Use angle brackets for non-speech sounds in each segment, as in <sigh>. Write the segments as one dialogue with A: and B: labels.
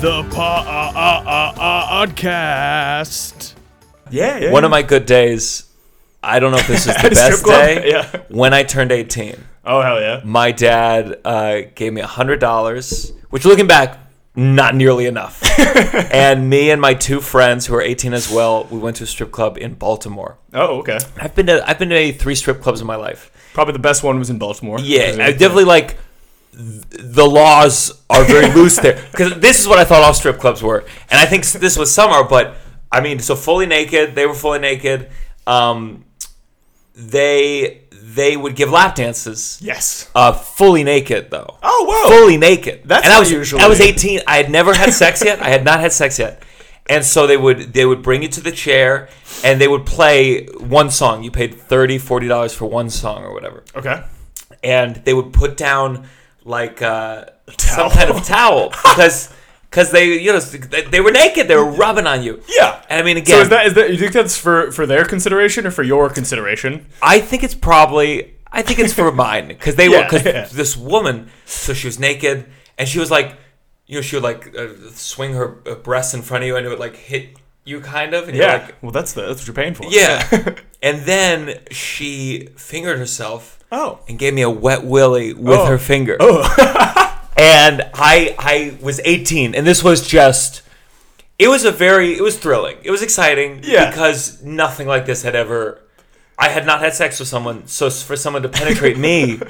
A: the podcast.
B: Yeah, yeah.
C: One of my good days. I don't know if
B: <laughs>
C: this is the
B: a strip
C: best
B: club?
C: day.
B: Yeah.
C: When I turned 18,
B: Oh hell yeah.
C: my dad uh, gave me $100, which looking back, not nearly enough.
B: <laughs>
C: and me and my two friends who are 18 as well, we went to a strip club in Baltimore.
B: Oh okay.
C: I've been to I've been to maybe three strip clubs in my life.
B: Probably the best one was in Baltimore.
C: Yeah,
B: Because
C: I
B: it-
C: definitely like th- the laws are very loose there because this is what I thought all strip clubs were, and I think s- this was summer, but I mean, so fully naked, they were fully naked. Um, they they would give lap dances,
B: Yes.
C: uh, fully naked though.
B: Oh wow.
C: Fully naked.
B: That's
C: and I
B: not
C: was
B: usually-
C: I was 18. I had never had sex yet. I had not had sex yet. And so they would they would bring you to the chair and they would play one song. You paid 30 40 dollars for one song or whatever
B: Okay.
C: and they would put down like uh,
B: Towel.
C: some kind of
B: <laughs>
C: towel because because they you know they, they were naked they were rubbing on you
B: Yeah.
C: and I mean
B: So
C: again
B: is that is that you think that's for for their consideration or for your consideration?
C: I think it's probably I think it's for mine because they
B: <laughs> Yeah,
C: were because
B: yeah.
C: this woman so she was naked and she was like you know she would like uh, swing her uh, breasts in front of you and it would like hit you kind of and you're like
B: well, that's the that's what you're paying for. <laughs>
C: yeah and then she fingered herself
B: Oh.
C: and gave me a wet willy with
B: Oh. <laughs>
C: her finger. <laughs> and I I was 18 and this was just it was a very it was thrilling. It was exciting
B: Yeah.
C: because nothing like this had ever I had not had sex with someone so s- for someone to
B: <laughs>
C: penetrate me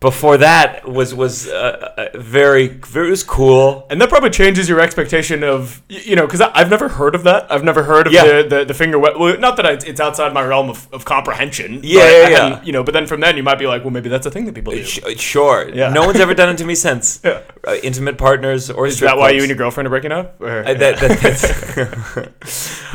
C: before that was was uh, uh, very very it was cool.
B: And that probably changes your expectation of y- you know because I've never heard of that. I've never heard of
C: Yeah.
B: the, the the finger wet. Well, not that I, it's outside my realm of, of comprehension.
C: Yeah,
B: but
C: yeah,
B: I
C: yeah.
B: hadn't- You know, but then from then you might be like, well, maybe that's a thing that people do.
C: Sh- uh, sure.
B: Yeah.
C: No one's ever done it to me since.
B: <laughs> Yeah.
C: Uh, intimate partners or
B: Is that why you and your girlfriend are breaking up? Or,
C: Uh, that, that, that's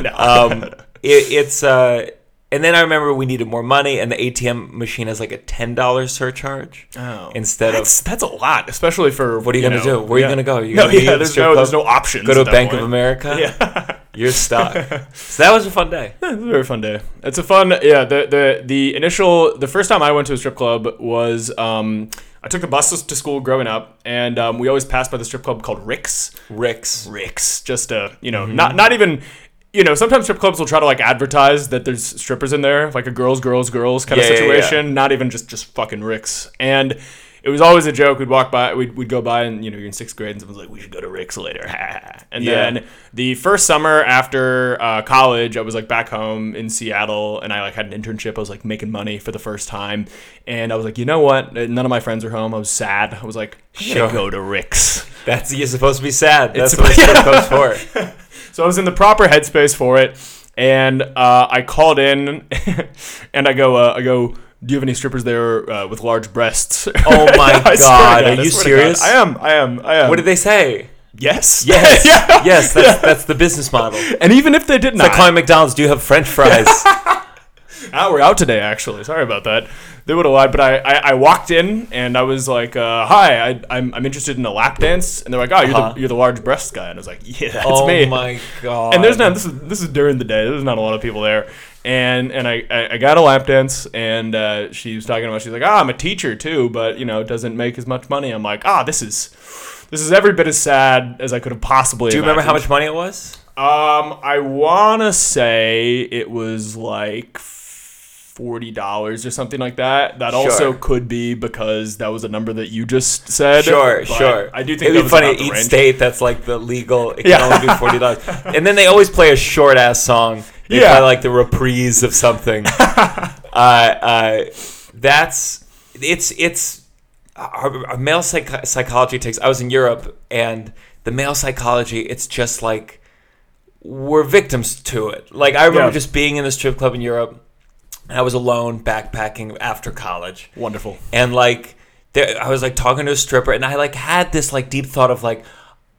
B: <laughs> no. <laughs>
C: um, it, it's uh, and then I remember we needed more money, and the ATM machine has like a ten dollar surcharge
B: Oh.
C: instead of
B: that's, that's a lot, especially for
C: What are you gonna
B: know,
C: do? Where are you
B: yeah.
C: gonna go? You
B: no,
C: gonna
B: yeah,
C: leave,
B: there's
C: strip
B: no there's no
C: club,
B: options.
C: go to
B: at that
C: Bank
B: point.
C: of America.
B: Yeah.
C: You're stuck.
B: <laughs>
C: so that was a fun day.
B: It's a very fun day. It's a fun, yeah. The the the initial, the first time I went to a strip club was um, I took the bus to school growing up, and um, we always passed by the strip club called Rick's.
C: Rick's.
B: Rick's, just a you
C: Mm-hmm.
B: know, not not even. You know, sometimes strip clubs will try to like advertise that there's strippers in there, like a girls, girls, girls kind
C: Yeah,
B: of
C: yeah, yeah.
B: situation. Not even just just fucking Rick's. And it was always a joke. We'd walk by, we'd, we'd go by, and you know, you're in sixth grade, and someone's like, "We should go to Rick's later." <laughs> and
C: Yeah.
B: then the first summer after uh, college, I was like back home in Seattle, and I like had an internship. I was like making money for the first time, and I was like, you know what? None of my friends are home. I was sad. I was like, I should
C: Sure.
B: go to Rick's.
C: That's you're supposed to be sad. That's
B: It's-
C: what a strip club's
B: <laughs>
C: for.
B: So I was in the proper headspace for it, and uh, I called in, <laughs> and I go, uh, I go, do you have any strippers there uh, with large breasts?
C: Oh my
B: <laughs> I swear to
C: God,
B: I
C: are you
B: swear to God.
C: serious?
B: I am. I am. I am.
C: What did they say?
B: Yes. <laughs>
C: Yes,
B: yeah.
C: yes. That's, that's the business model.
B: <laughs> And even if they did not,
C: Like calling McDonald's, do you have French
B: <laughs>
C: fries?
B: ah, we're out today. Actually, sorry about that. They would have lied, but I, I, I walked in and I was like, uh, "Hi, I, I'm, I'm interested in a lap dance." And they're like, "Oh, you're
C: Uh-huh.
B: the you're the large breast guy," and I was like, "Yeah, that's
C: oh
B: me."
C: my god!
B: and there's not this is this is during the day. There's not a lot of people there. And and I, I, I got a lap dance and uh, she was talking about she's like ah I'm a teacher too, but you know it doesn't make as much money. I'm like ah this is this is every bit as sad as I could have possibly.
C: Do you remember how much money it was?
B: Um, I wanna say it was like. Forty dollars or something like that. That also
C: Sure.
B: could be because that was a number that you just said.
C: Sure,
B: but
C: sure.
B: I do think
C: it'd
B: that
C: be
B: was
C: funny.
B: about the
C: Each
B: range.
C: state that's like the legal. It
B: Yeah.
C: can only be forty dollars.
B: <laughs>
C: and then they always play a short ass song. They
B: Yeah.
C: play like the reprise
B: <laughs>
C: of something. uh, uh, that's it's it's our, our male psych- psychology takes. I was in Europe and the male psychology. It's just like we're victims to it. Like I remember
B: Yeah.
C: just being in the strip club in Europe. and I was alone backpacking after college
B: Wonderful.
C: and like there, I was like talking to a stripper, and I like had this like deep thought of like,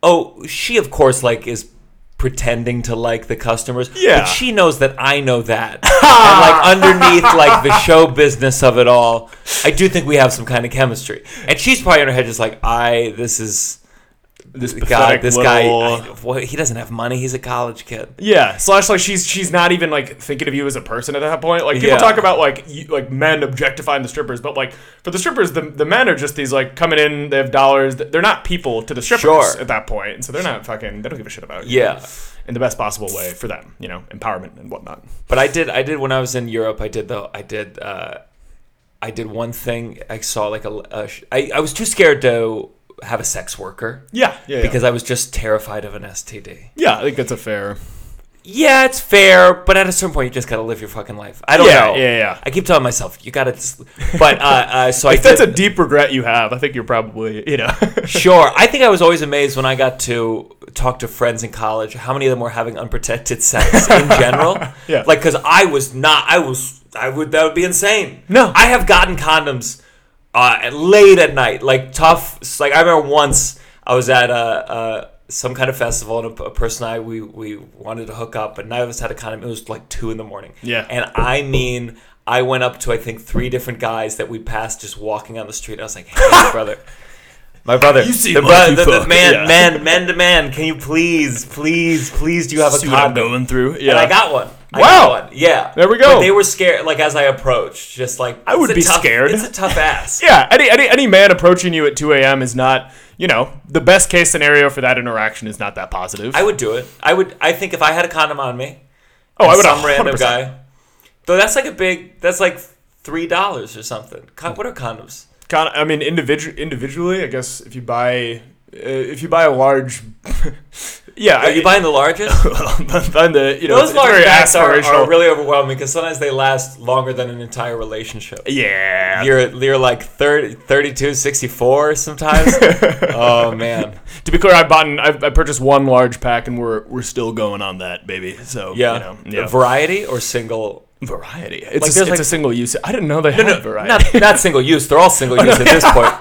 C: oh, she of course like is pretending to like the customers,
B: Yeah.
C: but she knows that I
B: <laughs>
C: know that, and like underneath like the show business of it all, I do think we have some kind of chemistry, and she's probably in her head just like, I this is.
B: this
C: The guy,
B: pathetic
C: this guy,
B: little,
C: I- boy, he doesn't have money. He's a college kid.
B: yeah. Slash, like she's she's not even like thinking of you as a person at that point. Like people
C: Yeah.
B: talk about like you, like men objectifying the strippers, but like for the strippers, the, the men are just these like coming in. They have dollars. They're not people to the strippers
C: Sure.
B: at that point, and so they're not fucking. They don't give a shit about you.
C: Yeah,
B: in the best possible way for them. You know, empowerment and whatnot.
C: but I did. I did when I was in Europe. I did though. I did. Uh, I did one thing. I saw like a. a sh- I, I was too scared to have a sex worker
B: Yeah, yeah, yeah.
C: because I was just terrified of an STD.
B: yeah, I think that's a fair.
C: Yeah, it's fair, but at a certain point, you just gotta live your fucking life. I don't
B: Yeah,
C: know.
B: yeah, yeah.
C: I keep telling myself you gotta. Just, but uh, uh, so I
B: If that's a
C: did-
B: deep regret you have, I think you're probably you know. <laughs>
C: sure. I think I was always amazed when I got to talk to friends in college how many of them were having unprotected sex in general.
B: <laughs> Yeah.
C: Like, because I was not, I was, I would, that would be insane.
B: No.
C: I have gotten condoms uh, at- late at night, like tough. Like, I remember once I was at a, uh some kind of festival and a, a person I, we, we wanted to hook up, but neither of us had a condom. It was like two in the morning.
B: Yeah.
C: And I mean, I went up to, I think, three different guys that we passed just walking on the street. I was like, hey, brother. My brother,
B: You seem
C: the,
B: like
C: bro-
B: you
C: the, the
B: fuck,
C: man,
B: yeah.
C: man, man to man. Can you please, please, please? Do you have a
B: See what I'm
C: condom?
B: going through. Yeah,
C: And I got one. I
B: Wow.
C: got one. Yeah.
B: There we
C: But
B: go.
C: they were scared. Like as I approached, just like I
B: would be scared.
C: It's a
B: <laughs>
C: tough ass.
B: Yeah, any, any any man approaching you at 2 a.m. is not, you know, the best case scenario for that interaction is not that positive.
C: I would do it. I would. I think if I had a condom on me,
B: oh, I
C: and
B: would
C: some random
B: 100%.
C: guy. Though that's like a big. That's like three dollars or something. Con- what are condoms?
B: Con- I mean, individu- individually, I guess if you buy uh, if you buy a large, <laughs> yeah,
C: Are you
B: I-
C: buying
B: <laughs>
C: the largest?
B: then the you know
C: Those
B: it's it's
C: large
B: very
C: bags are, are
B: aspirational.
C: really overwhelming because sometimes they last longer than an entire relationship.
B: yeah,
C: You're you're like 30, 32,
B: <laughs>
C: 64 sometimes. oh man.
B: To be clear, I bought an, I, I purchased one large pack, and we're we're still going on that, baby. So
C: Yeah.
B: you know, yeah.
C: Variety or single?
B: variety. It's,
C: Like,
B: a,
C: there's
B: it's
C: like-
B: a single use. I didn't know they had variety.
C: Not, not single use. They're all single use at this point.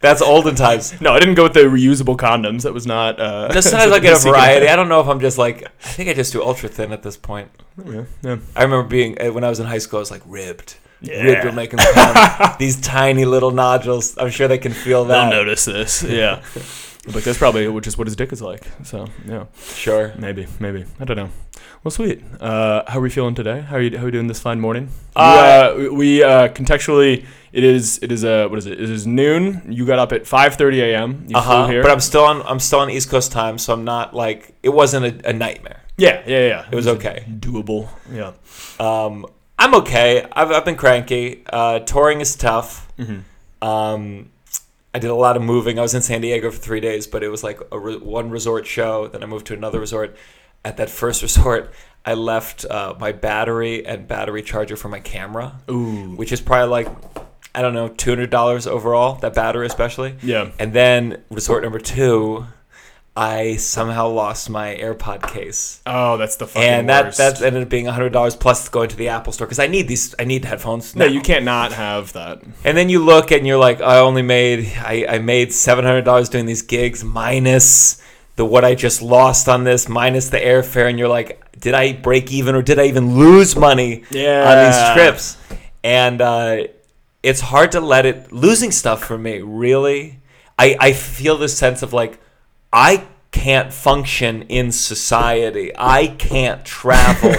C: That's
B: <laughs>
C: olden times.
B: no, I didn't go with the reusable condoms. That was not. Uh, <laughs>
C: No, <laughs> Sometimes I get a variety. I don't know if I'm just like, I think I just do ultra thin at this point.
B: Yeah, yeah.
C: I remember being, eh, when I was in high school, I was like ribbed. Ribbed
B: Yeah.
C: would make 'em
B: <laughs>
C: come. These tiny little nodules. I'm sure they can feel
B: They'll
C: that.
B: notice
C: <laughs>
B: this. Yeah. But that's probably which is what his dick is like. So yeah,
C: Sure.
B: maybe, maybe I don't know. Well, sweet. Uh, how are we feeling today? How are you? How are you doing this fine morning?
C: Uh,
B: we, uh, we uh, contextually, it is it is uh, what is it? It is noon. You got up at five thirty a.m. You
C: Uh
B: flew
C: huh.
B: here.
C: But I'm still on. I'm still on East Coast time, so I'm not like it wasn't a, a nightmare.
B: yeah, yeah, yeah.
C: It was okay.
B: doable. Yeah.
C: Um, I'm okay. I've, I've been cranky. Uh, touring is tough. Um, I did a lot of moving. I was in San Diego for three days, but it was like a re- one resort show. Then I moved to another resort. At that first <laughs> resort, I left uh, my battery and battery charger for my camera,
B: Ooh.
C: which is probably like I don't know two hundred dollars overall. That battery, especially.
B: Yeah.
C: And then resort number two, I somehow lost my AirPod case
B: Oh, that's the fucking
C: and that
B: worst.
C: that ended up being hundred dollars plus going to the Apple store because I need these. I need headphones.
B: no,
C: now.
B: you can't not have that.
C: And then you look and you're like, I only made I, I made seven hundred dollars doing these gigs minus the what I just lost on this minus the airfare, and you're like, did I break even or did I even lose money
B: Yeah.
C: on these trips? And uh, it's hard to let it losing stuff for me. Really, I I feel this sense of like I can't function in society. I can't travel.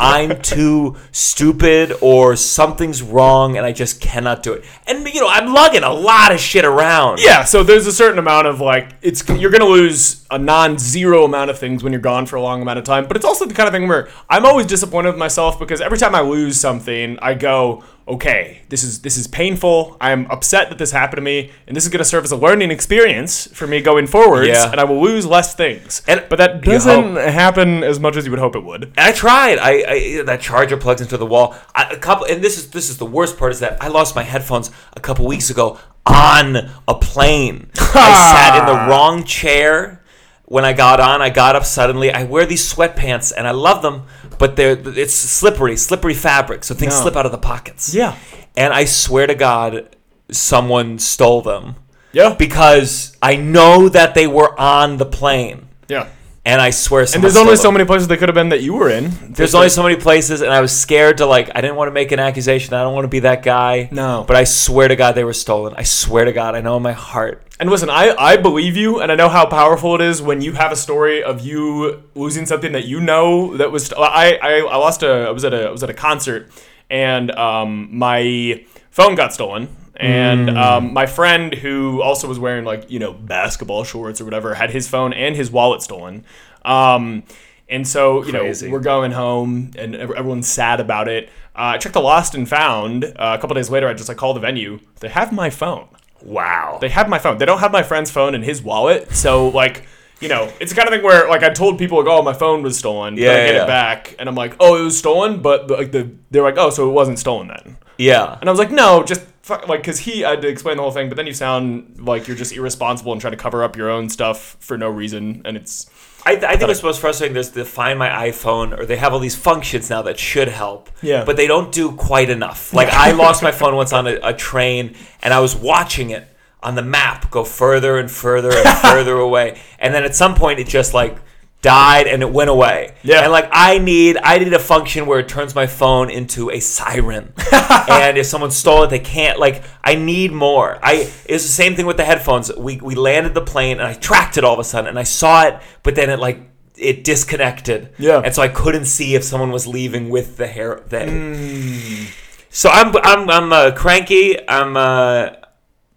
C: I'm too stupid or something's wrong and I just cannot do it. And you know, I'm lugging a lot of shit around.
B: Yeah, so there's a certain amount of like it's you're gonna lose a non-zero amount of things when you're gone for a long amount of time, but it's also the kind of thing where I'm always disappointed with myself because every time I lose something, I go, okay, this is this is painful. I'm upset that this happened to me, and this is gonna serve as a learning experience for me going forwards,
C: Yeah.
B: and I will lose less things.
C: And-
B: but that
C: You
B: doesn't happen as much as you would hope it would.
C: And I tried. I, I that charger plugs into the wall. I, a couple, and this is this is the worst part is that I lost my headphones a couple weeks ago on
B: <laughs>
C: a plane. I sat in the wrong chair when I got on. I got up suddenly. I wear these sweatpants and I love them, but they're it's slippery, slippery fabric, so things
B: No.
C: slip out of the pockets.
B: Yeah.
C: and I swear to God, someone stole them
B: Yeah,
C: because I know that they were on the plane
B: yeah.
C: and I swear,
B: And
C: someone
B: there's only
C: stole
B: so
C: it.
B: many places they could have been that you were in.
C: There's only so many places, and I was scared to like. I didn't want to make an accusation. I don't want to be that guy.
B: No.
C: But I swear to God, they were stolen. I swear to God, I know in my heart.
B: And listen, I, I believe you, and I know how powerful it is when you have a story of you losing something that you know that was. I I, I lost a I was at a I was at a concert, and um, my phone got stolen. And um, my friend, who also was wearing like you know basketball shorts or whatever, had his phone and his wallet stolen. Um, and so you
C: Crazy.
B: know we're going home, and ev- everyone's sad about it. Uh, I checked the lost and found. Uh, a couple days later, I just I called the venue. They have my phone.
C: Wow.
B: They have my phone. They don't have my friend's phone in his wallet. So like, you know, it's the kind of thing where like I told people like, oh, my phone was stolen. Yeah,
C: Yeah,
B: I get
C: yeah.
B: it back, and I'm like, oh, it was stolen, but but, like the they're like, oh, so it wasn't stolen then.
C: yeah.
B: And I was like, no, just fuck, like because he I had to explain the whole thing, but then you sound like you're just irresponsible and trying to cover up your own stuff for no reason, and it's
C: I, I think it's most frustrating is to find my iPhone, or they have all these functions now that should help.
B: Yeah.
C: But they don't do quite enough. Like I lost my phone once on a, a train, and I was watching it on the map go further and further and further away, and then at some point it just like died and it went away.
B: Yeah.
C: And like I need I need a function where it turns my phone into a siren. and if someone stole it, they can't like I need more. I it's the same thing with the headphones. We we landed the plane and I tracked it all of a sudden and I saw it, but then it like it disconnected.
B: Yeah.
C: And so I couldn't see if someone was leaving with the hair that
B: Hmm.
C: So I'm I'm I'm uh, cranky. I'm uh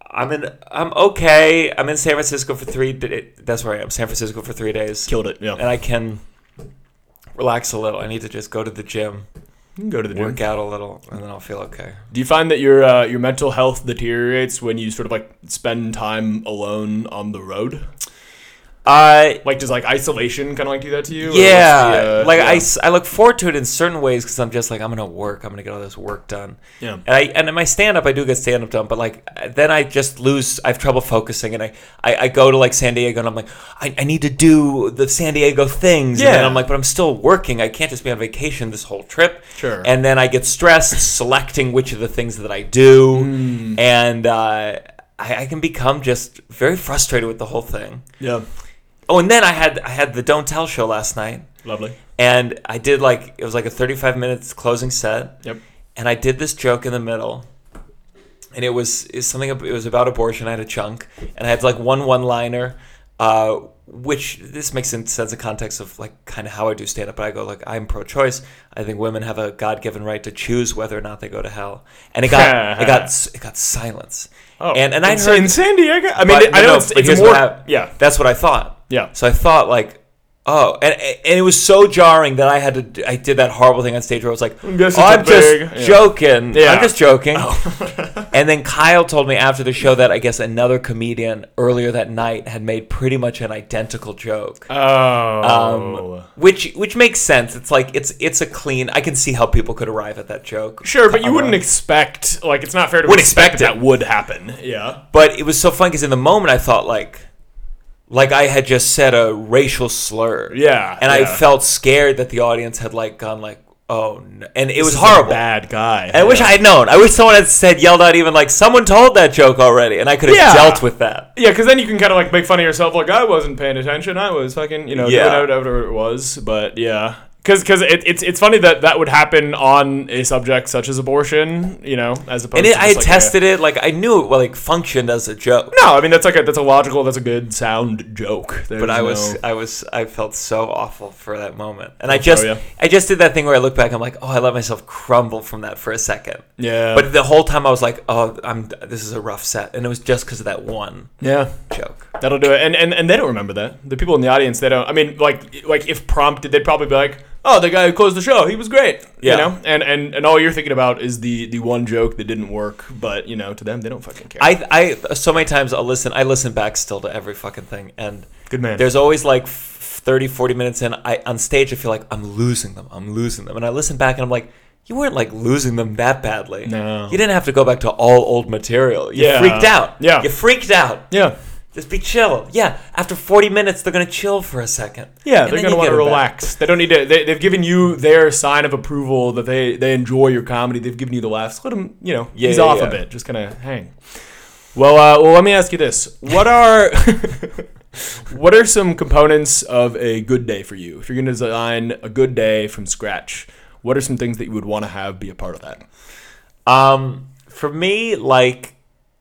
C: I'm in. I'm okay. I'm in San Francisco for three. Di- that's where I am. San Francisco for three days
B: killed it. Yeah,
C: and I can relax a little. I need to just go to the gym,
B: you can go to the gym.
C: work out a little, and then I'll feel okay.
B: Do you find that your uh, your mental health deteriorates when you sort of like spend time alone on the road?
C: Uh,
B: Like, does like isolation kind of like do that to you? or what's
C: yeah,
B: the, uh,
C: like
B: yeah.
C: I s I I, look forward to it in certain ways because I'm just like I'm gonna work. I'm gonna get all this work done.
B: Yeah.
C: And I and in my stand up, I do get stand up done, but like uh, then I just lose. I have trouble focusing, and I, I I go to like San Diego, and I'm like I, I need to do the San Diego things. And then
B: Yeah.
C: I'm like, but I'm still working. I can't just be on vacation this whole trip.
B: Sure.
C: And then I get stressed selecting which of the things that I do,
B: Hmm.
C: and uh, I, I can become just very frustrated with the whole thing.
B: Yeah,
C: Oh, and then I had I had the Don't Tell show last night
B: lovely.
C: and I did like it was like a 35 minutes closing set,
B: Yep.
C: and I did this joke in the middle, and it was is something ab- it was about abortion. I had a chunk, and I had like one one liner, uh, which this makes sen- sense in context of like kind of how I do stand up. But I go like I'm pro choice. I think women have a God given right to choose whether or not they go to hell, and it got it got s- it got silence.
B: <laughs> Oh,
C: and and I
B: in,
C: heard
B: in San Diego. I mean,
C: but-
B: I
C: no,
B: know
C: no,
B: it's,
C: but
B: it's
C: here's
B: more.
C: what hap-
B: yeah,
C: that's what I thought.
B: Yeah.
C: So I thought like, oh, and and it was so jarring that I had to d- I did that horrible thing on stage where I was like, I'm,
B: guessing
C: I'm
B: it's a
C: just
B: big- yeah.
C: joking.
B: Yeah. Oh.
C: I'm just joking. <laughs>
B: <laughs>
C: and then Kyle told me after the show that I guess another comedian earlier that night had made pretty much an identical joke. Um,
B: Oh.
C: Which which makes sense. It's like it's it's a clean. I can see how people could arrive at that joke.
B: sure, but you
C: Kyle-
B: wouldn't expect like it's not fair to
C: Wouldn't
B: expect,
C: expect
B: that that would happen. Yeah.
C: but it was so fun because in the moment I thought like, like I had just said a racial slur.
B: Yeah,
C: and I
B: yeah.
C: felt scared that the audience had like gone like, oh, no. and it was
B: This is a
C: horrible.
B: bad guy.
C: I wish I had known. I wish someone had said, yelled out, even like someone told that joke already, and I could have
B: Yeah.
C: dealt with that.
B: Yeah, because then you can kind of like make fun of yourself, like I wasn't paying attention. I was fucking, you know,
C: Yeah.
B: doing whatever it was. But yeah, because it, it's it's funny that that would happen on a subject such as abortion, you know, as opposed.
C: And it,
B: to
C: I
B: just like
C: had
B: a-
C: tested it, like I knew it well, like functioned as a joke.
B: no, I mean that's like a that's a logical, that's a good sound joke.
C: But I was, I was, I felt so awful for that moment, and I just,
B: Oh, yeah.
C: I just did that thing where I look back, I'm like, oh, I let myself crumble from that for a second.
B: yeah,
C: But the whole time I was like, "Oh, I'm this is a rough set," and it was just because of that one
B: yeah.
C: joke.
B: That'll do it. And, and and they don't remember that. The people in the audience, they don't. I mean, like like if prompted, they'd probably be like, "Oh, the guy who closed the show, he was great."
C: Yeah.
B: You know, and and and all you're thinking about is the the one joke that didn't work. But you know, to them, they don't fucking care.
C: I, I, so many times I'll listen. I listen back still to every fucking thing, and
B: Good man.
C: There's always like f- 30, 40 minutes in. I on stage, I feel like I'm losing them. I'm losing them, and I listen back, and I'm like, "You weren't like losing them that badly.
B: No.
C: you didn't have to go back to all old material. You
B: Yeah.
C: freaked out.
B: Yeah.
C: you freaked out.
B: yeah.
C: Just be chill. Yeah, after 40 minutes, they're gonna chill for a second.
B: Yeah,
C: And
B: they're
C: then
B: gonna
C: you
B: want
C: get
B: to
C: 'em back.
B: relax. They don't need to. They, they've given you their sign of approval that they they enjoy your comedy. They've given you the laughs. Let them, you know,
C: Yeah,
B: ease
C: yeah,
B: off
C: yeah.
B: a bit. Just kind of hang. Well, uh, well, let me ask you this: What are <laughs> what are some components of a good day for you? If you're going to design a good day from scratch, what are some things that you would want to have be a part of that?
C: Um, for me, like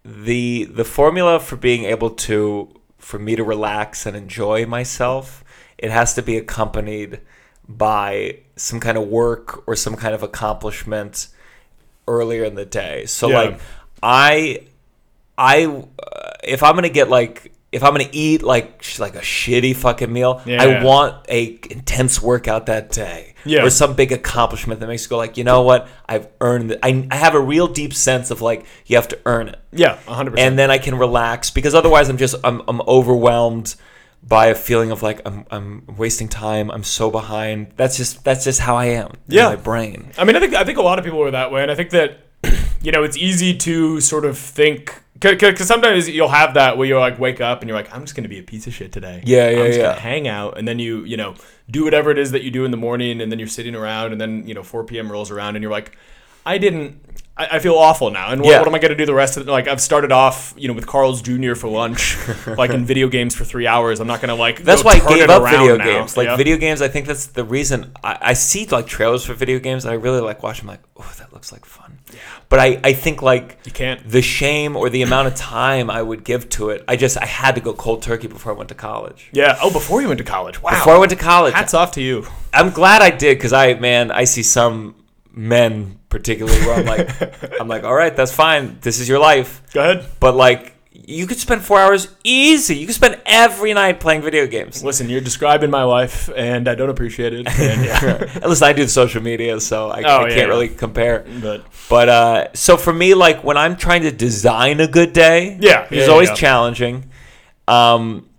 C: the the formula for being able to for me to relax and enjoy myself, it has to be accompanied by some kind of work or some kind of accomplishment earlier in the day. So
B: Yeah.
C: like I I uh, if I'm going to get like if I'm going to eat like sh- like a shitty fucking meal,
B: Yeah.
C: I want a intense workout that day
B: Yeah.
C: or some big accomplishment that makes you go like, you know what? I've earned it. I, I have a real deep sense of like you have to earn it
B: Yeah, 100%.
C: and then I can relax because otherwise I'm just I'm, I'm overwhelmed by a feeling of like I'm, I'm wasting time. I'm so behind. That's just that's just how I am. in
B: Yeah.
C: my brain.
B: I mean, I think I think a lot of people are that way, and I think that <clears throat> you know it's easy to sort of think because sometimes you'll have that where you like wake up and you're like, I'm just gonna be a piece of shit today.
C: Yeah, yeah,
B: I'm just
C: yeah.
B: gonna hang out, and then you you know do whatever it is that you do in the morning, and then you're sitting around, and then you know 4 p.m. rolls around, and you're like, I didn't. I I feel awful now, and what,
C: Yeah.
B: what am I gonna do the rest of the, like I've started off, you know, with Carl's Jr. for
C: <laughs>
B: lunch, like in video games for three hours. I'm not gonna like.
C: That's
B: go
C: why I
B: turn
C: gave
B: it
C: up
B: around
C: video
B: now.
C: games. Like
B: Yeah.
C: video games, I think that's the reason I, I see like trailers for video games and I really like watch them. Like, oh, that looks like fun. But I I think like
B: you can't.
C: the shame or the amount of time I would give to it, I just I had to go cold turkey before I went to college.
B: Yeah. Oh, before you went to college. Wow.
C: Before I went to college,
B: Hats off to you.
C: I'm glad I did because I man, I see some men particularly where
B: <laughs>
C: I'm like, I'm like, all right, that's fine. This is your life,
B: Go ahead.
C: but like, you could spend four hours easy. You could spend every night playing video games.
B: Listen, you're describing my life, and I don't appreciate it.
C: <laughs>
B: And, yeah.
C: At least I do social media, so
B: Oh,
C: I, I
B: yeah,
C: can't
B: yeah.
C: really compare.
B: but
C: But uh, so for me, like when I'm trying to design a good day,
B: Yeah,
C: it's
B: yeah, yeah,
C: always
B: yeah.
C: challenging. Um,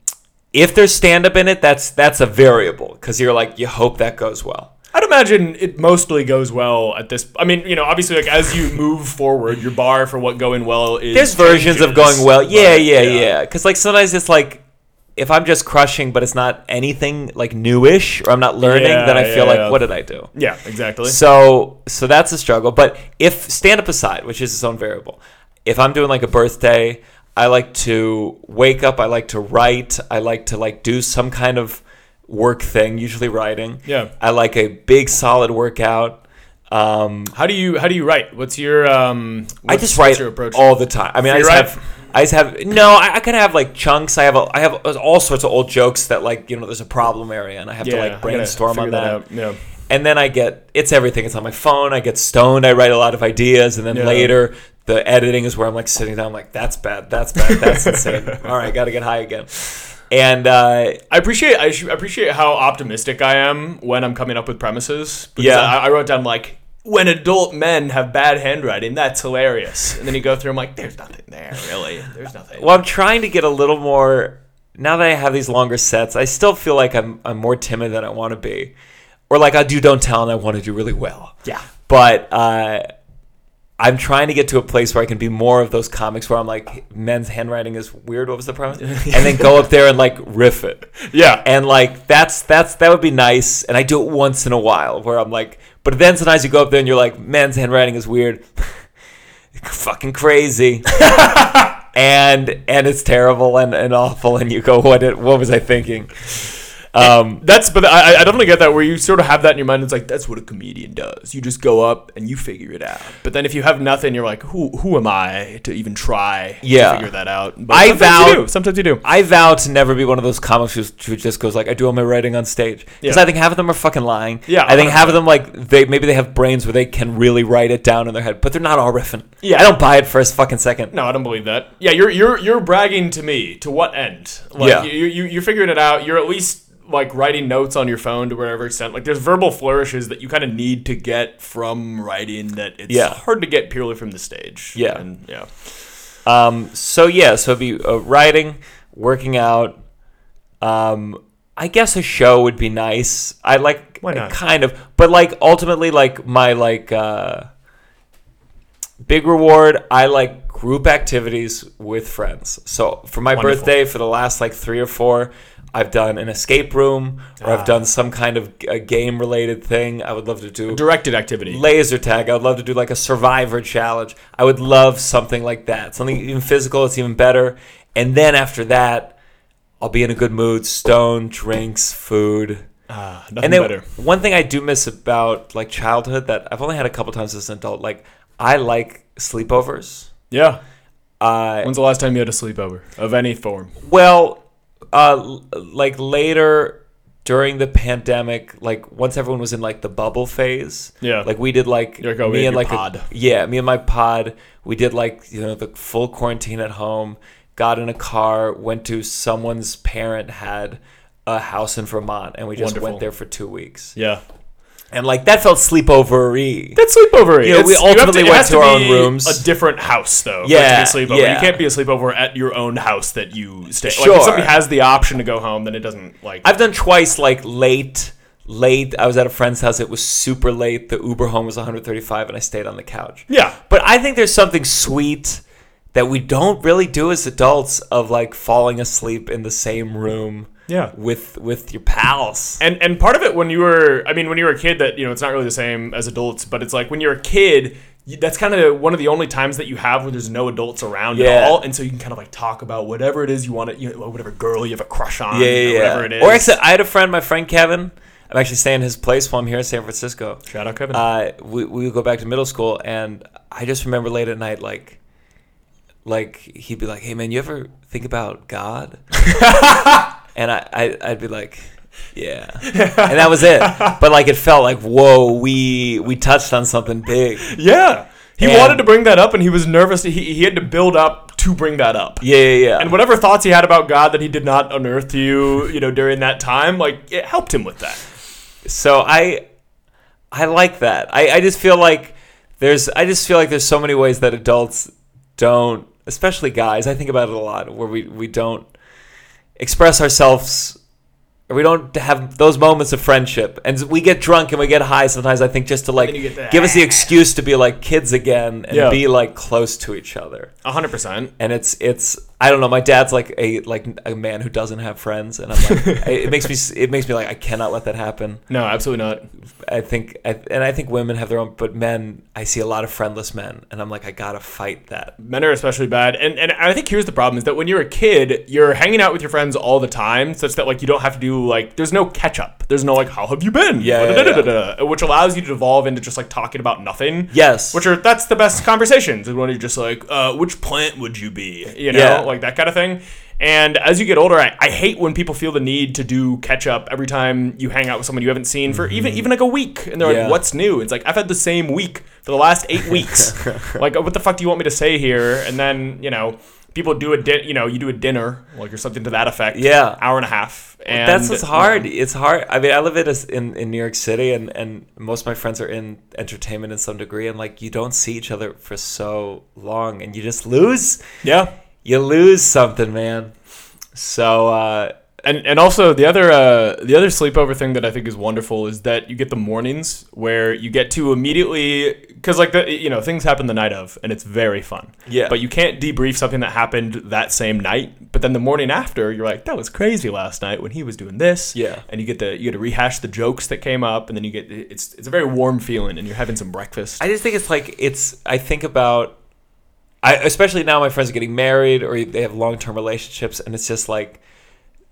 C: if there's stand up in it, that's that's a variable because you're like you hope that goes well.
B: I'd imagine it mostly goes well at this. I mean, you know, obviously, like as you move forward, your bar for what going well is
C: There's versions of
B: changes,
C: going well. Yeah,
B: but,
C: yeah, yeah. Because like sometimes it's like if I'm just crushing, but it's not anything like newish, or I'm not learning,
B: Yeah,
C: then I feel
B: yeah,
C: like
B: yeah.
C: what did I do?
B: yeah, exactly.
C: So so that's a struggle. But if stand up aside, which is its own variable, if I'm doing like a birthday, I like to wake up. I like to write. I like to like do some kind of work thing, usually writing.
B: Yeah.
C: I like a big solid workout. Um,
B: How do you how do you write? What's your um? What's,
C: I just
B: what's
C: write
B: your approach.
C: all the time. I mean, I
B: You
C: just
B: write?
C: have, I just have no. I, I kind of have like chunks. I have, a, I have all sorts of old jokes that like you know, there's a problem area, and I have
B: yeah,
C: to
B: I
C: like
B: gotta
C: brainstorm on
B: figure
C: that.
B: out. Yeah.
C: And then I get it's everything. It's on my phone. I get stoned. I write a lot of ideas, and then
B: Yeah.
C: later the editing is where I'm like sitting down, like that's bad, that's bad, that's
B: <laughs>
C: insane. All right, gotta get high again. And uh,
B: I appreciate I sh- appreciate how optimistic I am when I'm coming up with premises. Because
C: Yeah.
B: I, I wrote down like when adult men have bad handwriting, that's hilarious. And then you go through, I'm like, there's nothing there really. There's nothing.
C: Well, I'm trying to get a little more. Now that I have these longer sets, I still feel like I'm I'm more timid than I want to be, or like I do don't tell and I want to do really well.
B: Yeah.
C: But uh, I'm trying to get to a place where I can be more of those comics where I'm like, men's handwriting is weird. What was the premise? and then go up there and like riff it.
B: Yeah.
C: And like that's that's that would be nice. And I do it once in a while where I'm like, but then sometimes you go up there and you're like, men's handwriting is weird. <laughs> Fucking crazy and and it's terrible and, and awful and you go what did, what was I thinking? Um,
B: that's but I, I definitely get that where you sort of have that in your mind. It's like that's what a comedian does. You just go up and you figure it out. But then if you have nothing, you're like, who who am I to even try
C: Yeah.
B: to figure that out? But
C: I
B: sometimes you
C: vow-
B: do. Sometimes you do.
C: I vow to never be one of those comics who, who just goes like I do all my writing on stage because
B: Yeah.
C: I think half of them are fucking lying.
B: Yeah,
C: I think half of them like they maybe they have brains where they can really write it down in their head, but they're not all riffing.
B: Yeah.
C: I don't buy it for a fucking second.
B: No, I don't believe that. Yeah, you're you're you're bragging to me. To what end? Like
C: Yeah.
B: you, you you're figuring it out. You're at least like writing notes on your phone to whatever extent. Like there's verbal flourishes that you kind of need to get from writing that it's
C: Yeah.
B: hard to get purely from the stage.
C: Yeah.
B: And yeah.
C: Um, so yeah, so it'd be uh, writing, working out. Um, I guess a show would be nice. I like
B: Why not?
C: kind of, but like ultimately, like my like uh, big reward. I like group activities with friends. So for my
B: Wonderful.
C: birthday, for the last like three or four. I've done an escape room, or
B: Ah.
C: I've done some kind of a game-related thing. I would love to do
B: Directed activity.
C: laser tag. I would love to do like a survivor challenge. I would love something like that. Something even physical, it's even better. And then after that, I'll be in a good mood. Stone, drinks, food.
B: Ah, nothing
C: And then
B: better.
C: one thing I do miss about like childhood that I've only had a couple times as an adult, like I like sleepovers.
B: Yeah.
C: Uh,
B: When's the last time you had a sleepover of any form?
C: Well, uh, l- like later during the pandemic, like once everyone was in like the bubble phase,
B: Yeah.
C: like we did like
B: You're going in
C: me and
B: your
C: like a-
B: pod.
C: yeah, me and my pod, we did like you know the full quarantine at home. Got in a car, went to someone's parent had a house in Vermont, and we just
B: Wonderful.
C: went there for two weeks.
B: Yeah.
C: And like that felt sleepovery.
B: That's sleepover.
C: Yeah, we ultimately went to our own rooms.
B: A different house, though.
C: Yeah,
B: for it to be a sleepover.
C: yeah.
B: You can't be a sleepover at your own house that you stay. Like,
C: Sure.
B: if somebody has the option to go home, then it doesn't like.
C: I've done twice, like late, late. I was at a friend's house. It was super late. The Uber home was 135, and I stayed on the couch.
B: yeah.
C: But I think there's something sweet that we don't really do as adults of like falling asleep in the same room
B: Yeah.
C: with with your pals.
B: And and part of it when you were, I mean, when you were a kid, that you know, it's not really the same as adults, but it's like when you're a kid. you- That's kind of one of the only times that you have where there's no adults around at
C: Yeah.
B: all, and so you can kind of like talk about whatever it is you want to, you know, whatever girl you have a crush on,
C: Yeah, yeah,
B: or
C: yeah.
B: whatever it is.
C: Or actually, I had a friend, my friend Kevin. I'm actually staying at his place while I'm here in San Francisco.
B: shout out Kevin.
C: Uh, we we would go back to middle school, and I just remember late at night, like, like he'd be like, "Hey man, you ever think
B: <laughs>
C: about God?" and I, I I'd be like, "Yeah," and that was it. But like, it felt like, "Whoa, we we touched on something
B: <laughs>
C: big."
B: Yeah. He
C: And-
B: wanted to bring that up and he was nervous. He, he had to build up to bring that up.
C: Yeah, yeah, yeah.
B: And whatever thoughts he had about God that he did not unearth to you, you know, during that time, like it helped him with that.
C: so I I like that. I, I just feel like there's I just feel like there's so many ways that adults don't especially guys, I think about it a lot, where we, we don't express ourselves or we don't have those moments of friendship. And we get drunk and we get high sometimes I think just to like
B: then you get the- <laughs>
C: give us the excuse to be like kids again and
B: Yeah.
C: be like close to each other
B: A hundred percent.
C: and it's it's I don't know. My dad's like a like a man who doesn't have friends, and I'm
B: <laughs>
C: like it makes me s- it makes me like I cannot let that happen.
B: No, absolutely not.
C: I think I, and I think women have their own, but men I see a lot of friendless men, and I'm like I gotta fight that.
B: Men are especially bad. And and I think here's the problem is that when you're a kid, you're hanging out with your friends all the time, such that like you don't have to do like there's no catch up. There's no like how have you been?
C: Yeah, yeah, yeah.
B: Da-da-da-da-da, Which allows you to devolve into just like talking about nothing.
C: Yes,
B: Which are that's the best conversations is when you're just like, uh, which plant would you be? You know,
C: Yeah.
B: like that kind of thing. And as you get older, I, I hate when people feel the need to do catch up every time you hang out with someone you haven't seen for even even like a week. And they're
C: Yeah.
B: like, what's new? It's like I've had the same week for the last
C: <laughs>
B: eight weeks. like, what the fuck do you want me to say here? And then you know. People do a din- you know, you do a dinner, like or something to that effect.
C: Yeah.
B: hour and a half. And
C: that's what's hard. It's hard. I mean, I live in a s in, in New York City, and and most of my friends are in entertainment in some degree, and like you don't see each other for so long, and you just lose
B: Yeah,
C: you lose something, man. So uh,
B: and and also the other uh, the other sleepover thing that I think is wonderful is that you get the mornings where you get to immediately because like the you know things happen the night of and it's very fun.
C: Yeah.
B: But you can't debrief something that happened that same night. But then the morning after, you're like, that was crazy last night when he was doing this.
C: Yeah.
B: And you get the you get to rehash the jokes that came up, and then you get it's it's a very warm feeling, and you're having some breakfast.
C: I just think it's like it's. I think about, I especially now my friends are getting married or they have long term relationships, and it's just like,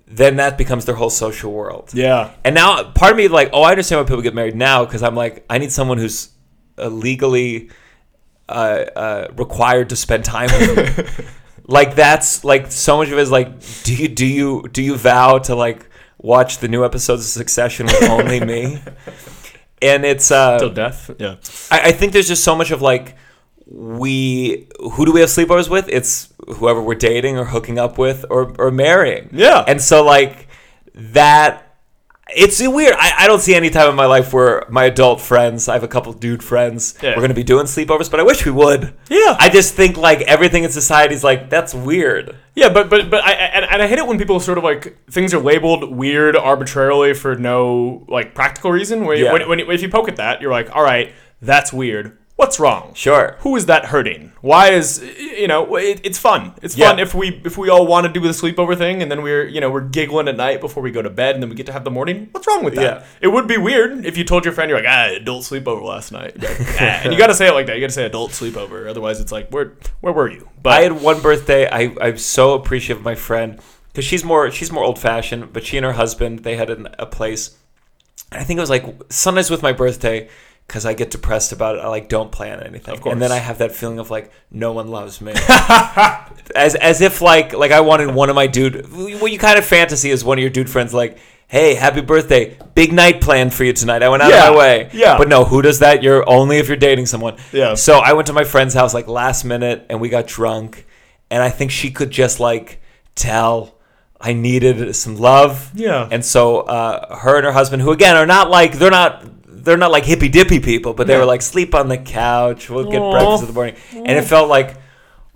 C: then that becomes their whole social world.
B: yeah.
C: And now part of me like, oh, I understand why people get married now because I'm like, I need someone who's uh, legally uh, uh, required to spend time with me.
B: <laughs>
C: like that's like so much of it is like, do you do you do you vow to like watch the new episodes of Succession with
B: <laughs>
C: only me? And it's uh,
B: Till death. Yeah.
C: I, I think there's just so much of like we who do we have sleepovers with? It's whoever we're dating or hooking up with or or marrying.
B: Yeah.
C: And so like that it's weird. I, I don't see any time in my life where my adult friends, I have a couple dude friends,
B: Yeah.
C: we're gonna be doing sleepovers, but I wish we would.
B: Yeah.
C: I just think like everything in society is like, that's weird.
B: Yeah, but but but I I- and, and I hate it when people sort of like things are labeled weird arbitrarily for no like practical reason. Where you,
C: Yeah.
B: when, when if you poke at that, you're like, all right, that's weird. What's wrong?
C: Sure.
B: Who is that hurting? Why is you know it, it's fun. It's
C: Yeah.
B: fun if we if we all want to do the sleepover thing and then we're you know we're giggling at night before we go to bed and then we get to have the morning. What's wrong with that?
C: Yeah.
B: It would be weird if you told your friend you're like ah adult sleepover last
C: <laughs>
B: night. You're like, "Ah," and you got to say it like that. You got to say adult sleepover. Otherwise, it's like where where were you? But
C: I had one birthday. I, I'm so appreciative of my friend. because she's more she's more old fashioned. But she and her husband they had an, a place, and I think it was like sometimes with my birthday because I get depressed about it. I like don't plan anything,
B: Of course.
C: and then I have that feeling of like no one
B: <laughs>
C: loves me, as as if like like I wanted one of my dude. What you kind of fantasy is one of your dude friends like. Hey, happy birthday! Big night planned for you tonight. I went out
B: Yeah.
C: of my way.
B: Yeah.
C: But no, who does that? You're only if you're dating someone.
B: Yeah.
C: So I went to my friend's house like last minute and we got drunk. And I think she could just like tell I needed some love.
B: Yeah.
C: And so uh, her and her husband, who again are not like, they're not. They're not like hippy dippy people, but they
B: No.
C: were like sleep on the couch. We'll get
B: Aw.
C: breakfast in the morning, and it felt like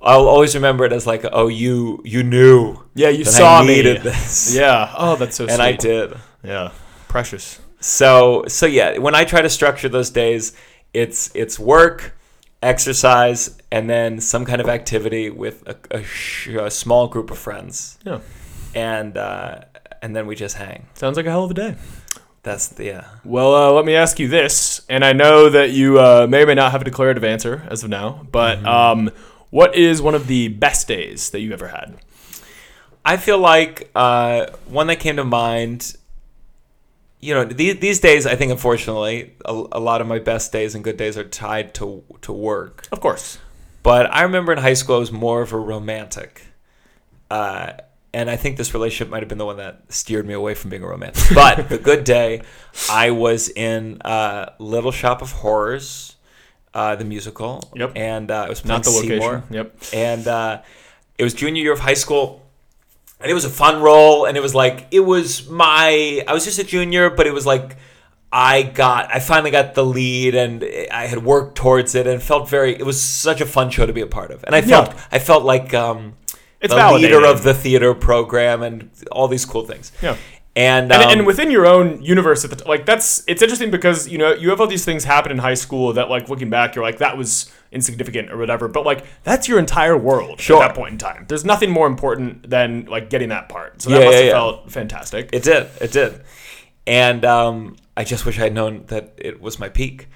C: I'll always remember it as like, oh, you you knew,
B: Yeah, you
C: that
B: saw
C: I
B: me. <laughs>
C: needed this,
B: Yeah. Oh, that's so.
C: and
B: sweet.
C: I did.
B: Yeah. Precious.
C: So so yeah, when I try to structure those days, it's it's work, exercise, and then some kind of activity with a, a, sh- a small group of friends,
B: Yeah.
C: and uh, and then we just hang.
B: Sounds like a hell of a day.
C: That's the yeah.
B: Well, uh, let me ask you this, and I know that you uh, may or may not have a declarative answer as of now, but
C: Mm-hmm.
B: um, what is one of the best days that you ever had?
C: I feel like uh, one that came to mind. You know, these, these days, I think unfortunately, a, a lot of my best days and good days are tied to to work.
B: Of course.
C: But I remember in high school, I was more of a romantic. Uh, and I think this relationship might have been the one that steered me away from being
B: <laughs>
C: a romantic. But the good day, I was in uh, Little Shop of Horrors, uh, the musical.
B: Yep.
C: And uh, it was
B: Not the
C: playing
B: location.
C: Seymour.
B: Yep.
C: And uh, it was junior year of high school. And it was a fun role. And it was like, it was my, I was just a junior, but it was like, I got, I finally got the lead and I had worked towards it and felt very, it was such a fun show to be a part of. And I felt,
B: Yeah.
C: I felt like, um,
B: It's
C: the leader
B: validating.
C: of the theater program and all these cool things.
B: Yeah.
C: And,
B: And,
C: um,
B: and within your own universe, at the t- like that's it's interesting because you know you have all these things happen in high school that like looking back you're like that was insignificant or whatever, but like that's your entire world
C: Sure.
B: at that point in time. There's nothing more important than like getting that part. So that
C: Yeah,
B: must
C: yeah,
B: have
C: yeah.
B: felt fantastic.
C: It did. It did. And um, I just wish I had known that it was my
B: <laughs>
C: peak.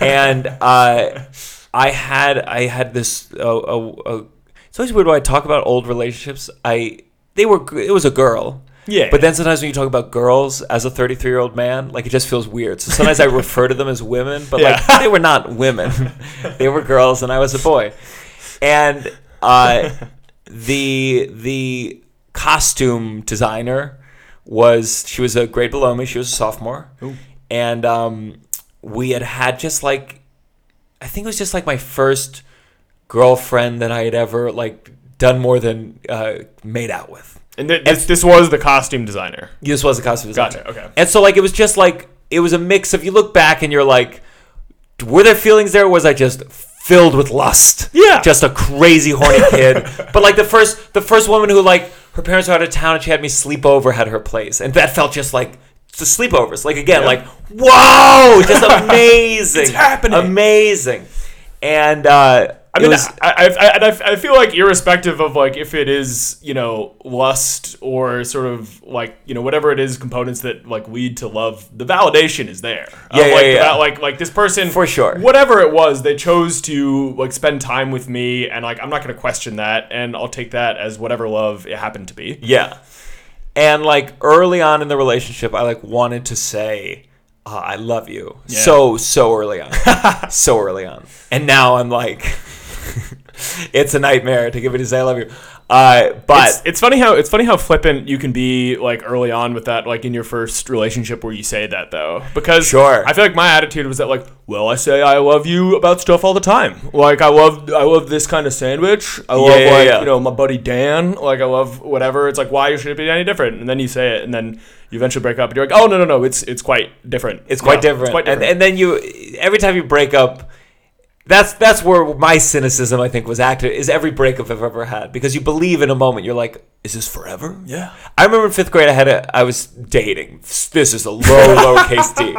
C: and uh, I had I had this. Uh, uh, uh, it's always weird when I talk about old relationships. I they were g- it was a girl.
B: Yeah.
C: But then sometimes when you talk about girls as a 33 year old man, like it just feels weird. So sometimes I refer to them as women, but
B: Yeah.
C: like <laughs> they were not women.
B: <laughs>
C: they were girls, and I was a boy. And uh, the the costume designer was she was a grade below me. She was a sophomore, and um, we had had just like I think it was just like my first girlfriend that I had ever like done more than uh, made out with.
B: and th- this, this was the costume designer.
C: This was a costume designer.
B: Gotcha, okay.
C: And so like it was just like it was a mix of you look back and you're like, were there feelings there? Or was I just filled with lust?
B: Yeah.
C: Just a crazy
B: <laughs>
C: horny kid. but like the first the first woman who like her parents were out of town and she had me sleep over at her place. And that felt just like the sleepovers. Like again,
B: Yeah.
C: like,
B: <laughs>
C: whoa, just amazing.
B: It's happening.
C: Amazing. And uh
B: I mean, I, I, I, and I, I feel like irrespective of like if it is you know lust or sort of like you know whatever it is components that like lead to love, the validation is there.
C: Yeah,
B: Of,
C: yeah,
B: like,
C: yeah.
B: that- like like this person
C: For sure.
B: Whatever it was, they chose to like spend time with me, and like I'm not going to question that, and I'll take that as whatever love it happened to be.
C: Yeah. And like early on in the relationship, I like wanted to say, uh, I love you. So, so early on. so early on. And now I'm like, <laughs> it's a nightmare to give it to say, I love you. Uh, but
B: It's, it's funny how it's funny how flippant you can be like early on with that like in your first relationship where you say that though because
C: Sure.
B: I feel like my attitude was that like well I say I love you about stuff all the time like I love I love this kind of sandwich I love
C: yeah,
B: like
C: yeah.
B: you know my buddy Dan like I love whatever it's like why should it be any different and then you say it and then you eventually break up and you're like oh no no no it's it's quite different
C: It's quite
B: Yeah,
C: different. And, and then you, every time you break up, that's that's where my cynicism I think was active is every breakup I've ever had because you believe in a moment you're like, is this forever?
B: Yeah.
C: I remember in fifth grade I had a I was dating. This is a low lowercase d.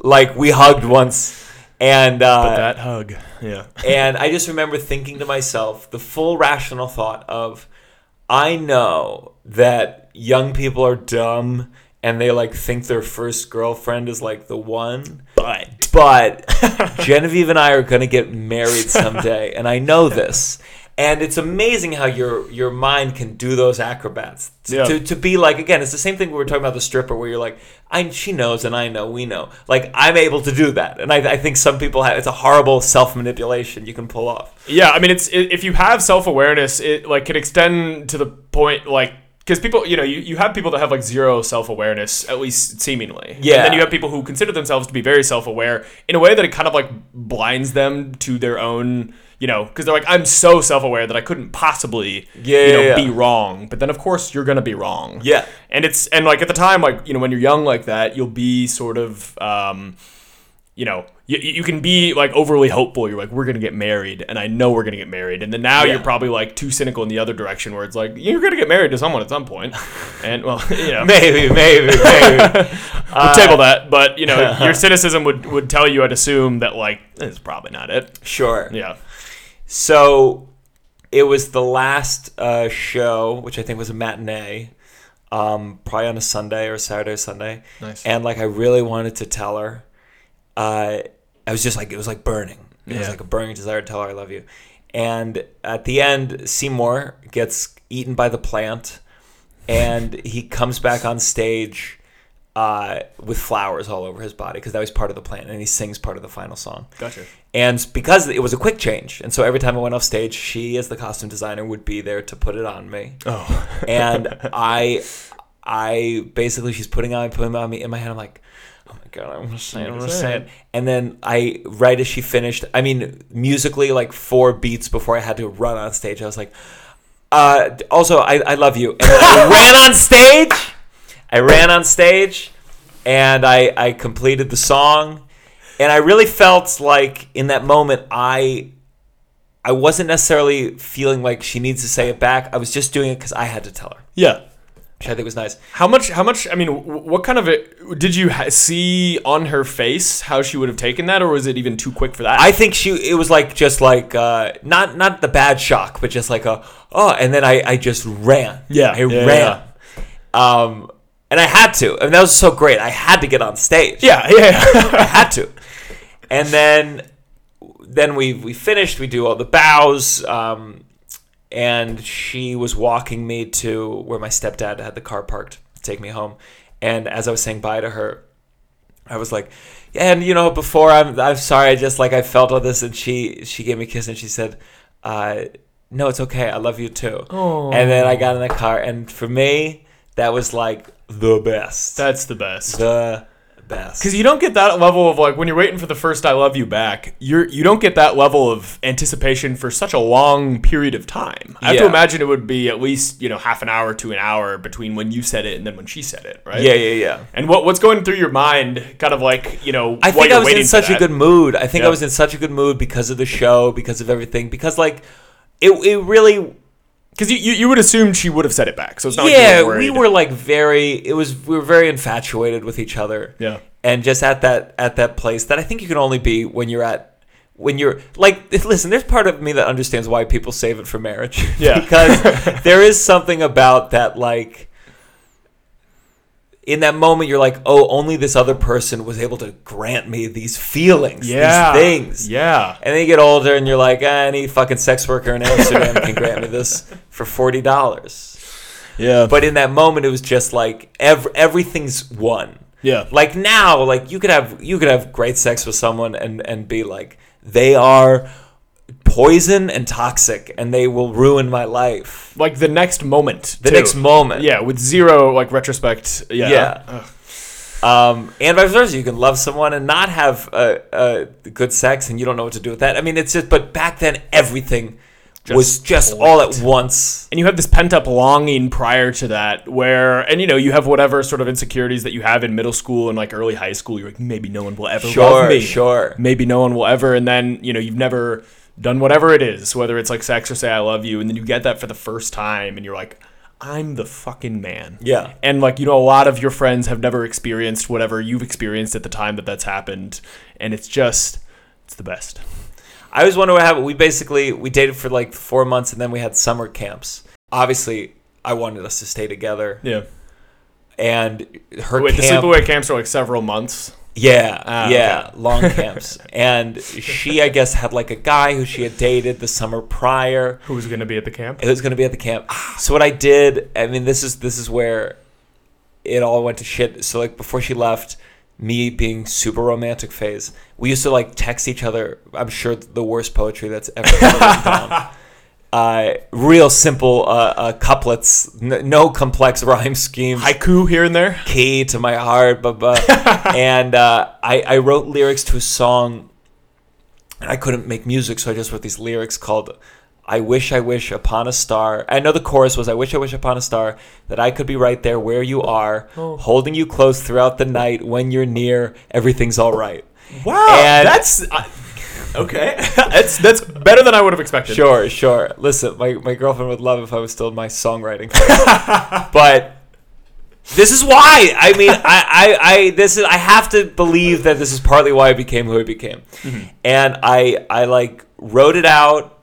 C: Like we hugged once, and uh,
B: that hug yeah
C: and I just remember thinking to myself the full rational thought of, I know that young people are dumb and they like think their first girlfriend is like the one,
B: but
C: but Genevieve and I are gonna get married someday, and I know this. And it's amazing how your your mind can do those acrobats. T-
B: Yeah.
C: To, to be like again, it's the same thing we were talking about the stripper, where you're like, I she knows and I know we know. Like I'm able to do that, and I, I think some people have. It's a horrible self manipulation you can pull off.
B: Yeah, I mean, it's i if you have self awareness, it like can extend to the point like because people, you know, you, you have people that have like zero self awareness, at least seemingly.
C: Yeah.
B: And then you have people who consider themselves to be very self aware in a way that it kind of like blinds them to their own. You know, because they're like, I'm so self aware that I couldn't possibly,
C: Yeah,
B: you know,
C: yeah, yeah.
B: be wrong. But then, of course, you're gonna be wrong.
C: Yeah.
B: And it's and like at the time, like you know, when you're young like that, you'll be sort of, um, you know, you, you can be like overly hopeful. You're like, we're gonna get married, and I know we're gonna get married. And then now
C: Yeah.
B: you're probably like too cynical in the other direction, where it's like you're gonna get married to someone at some
C: <laughs>
B: point. And well, <laughs> you know,
C: Maybe, maybe, maybe.
B: we'll table
C: Uh,
B: that. But you
C: <laughs>
B: know, your cynicism would would tell you, I'd assume that like it's probably not it.
C: sure.
B: Yeah.
C: So it was the last uh, show, which I think was a matinee, um, probably on a Sunday or Saturday or Sunday.
B: Nice.
C: And like I really wanted to tell her. Uh, I was just like it was like burning. It was
B: Yeah.
C: like a burning desire to tell her I love you. And at the end, Seymour gets eaten by the plant, and
B: <laughs>
C: he comes back on stage. Uh, with flowers all over his body because that was part of the plant, and he sings part of the final song.
B: Gotcha.
C: And because it was a quick change, and so every time I went off stage, she, as the costume designer, would be there to put it on me. <laughs>
B: <laughs> Oh.
C: And I, I basically, she's putting on, putting on me in my head. I'm like, oh my god, I'm gonna say it, I'm gonna say it. And then I, right as she finished, I mean, musically, like four beats before I had to run on stage, I was like, uh, d- also, I, I love you. And
B: <laughs>
C: I ran on stage. I ran on stage, and I, I completed the song, and I really felt like in that moment I I wasn't necessarily feeling like she needs to say it back. I was just doing it because I had to tell her,
B: Yeah.
C: which I think was nice.
B: How much? How much? I mean, wh- what kind of it did you ha- see on her face? How she would have taken that, or was it even too quick for that?
C: I think she it was like just like uh, not not the bad shock, but just like a oh, and then I I just ran.
B: Yeah,
C: I
B: yeah, yeah,
C: ran. Um, and I had to, and that was so great. I had to get on stage.
B: yeah, <laughs> yeah, yeah.
C: I <laughs> had to. And then then we we finished. We do all the bows. Um, and she was walking me to where my stepdad had the car parked to take me home. And as I was saying bye to her, I was like, and you know, before I'm I'm sorry. I just like I felt all this, and she she gave me a kiss, and she said. Uh, no, it's okay. I love you too.
B: Aw.
C: And then I got in the car, and for me, that was like the best.
B: That's the best.
C: the best.
B: Because you don't get that level of like when you're waiting for the first "I love you" back. You're you don't get that level of anticipation for such a long period of time. I have to
C: Yeah.
B: imagine it would be at least you know half an hour to an hour between when you said it and then when she said it, right?
C: Yeah, yeah, yeah.
B: And what what's going through your mind, kind of like you know,
C: I
B: while
C: think I
B: you're
C: was
B: waiting
C: in
B: for
C: such a
B: that?
C: good mood. I think
B: Yeah.
C: I was in such a good mood because of the show, because of everything, because like it, it really
B: because you, you you would assume she would have said it back. So it's not
C: yeah,
B: like you were
C: we
B: worried.
C: were like very it was we were very infatuated with each other.
B: Yeah.
C: And just at that at that place that I think you can only be when you're at when you're like listen, there's part of me that understands why people save it for marriage. <laughs>
B: Yeah. <laughs>
C: because there is something about that like in that moment you're like, "Oh, only this other person was able to grant me these feelings,
B: yeah
C: these things."
B: Yeah.
C: And then you get older and you're like, ah, any fucking sex worker in Amsterdam can grant
B: <laughs>
C: me this for forty dollars.
B: Yeah.
C: But in that moment, it was just like ev- everything's one.
B: yeah.
C: Like now, like you could have you could have great sex with someone and and be like, they are poison and toxic, and they will ruin my life.
B: Like the next moment.
C: The
B: too.
C: next moment,
B: Yeah, with zero like retrospect. Yeah.
C: Yeah.
B: Ugh.
C: Um, and vice versa, you can love someone and not have uh, uh, good sex, and you don't know what to do with that. I mean, it's just. But back then, everything was just all at once.
B: and you have this pent up longing prior to that where and you know you have whatever sort of insecurities that you have in middle school and like early high school you're like maybe no one will ever love
C: Sure,
B: me
C: sure.
B: maybe no one will ever and then you know you've never done whatever it is whether it's like sex or say i love you and then you get that for the first time and you're like i'm the fucking man
C: Yeah.
B: and like you know a lot of your friends have never experienced whatever you've experienced at the time that that's happened and it's just it's the best
C: I always wonder what happened. We basically we dated for like four months, and then we had summer camps. Obviously, I wanted us to stay together,
B: yeah
C: and her
B: wait the
C: camp.
B: sleepaway camps are like several months
C: Yeah,
B: Ah,
C: yeah,
B: okay. <laughs>
C: long camps. and she, I guess, had like a guy who she had dated the summer prior.
B: Who was going to be at the camp?
C: It was going to be at the camp. So what I did, I mean, this is this is where it all went to shit. So like before she left, me being super romantic phase, we used to like text each other. I'm sure the worst poetry that's ever been written down. Uh, real simple uh, uh, couplets, n- no complex rhyme schemes
B: Haiku here and there.
C: key to my heart, blah, blah.
B: <laughs>
C: and uh, I, I wrote lyrics to a song, and I couldn't make music, so I just wrote these lyrics called I Wish I Wish Upon a Star. I know the chorus was I Wish I Wish Upon a Star that I could be right there where you are,
B: Oh.
C: holding you close throughout the night. When you're near, everything's all right.
B: Wow,
C: And-
B: Oh, that's I, okay. <laughs> that's that's better than I would have expected.
C: Sure, sure. Listen, my, my girlfriend would love if I was still in my
B: <laughs>
C: songwriting. but this is why. I mean, I, I, I this is I have to believe that this is partly why I became who I became.
B: Mm-hmm.
C: And I I like wrote it out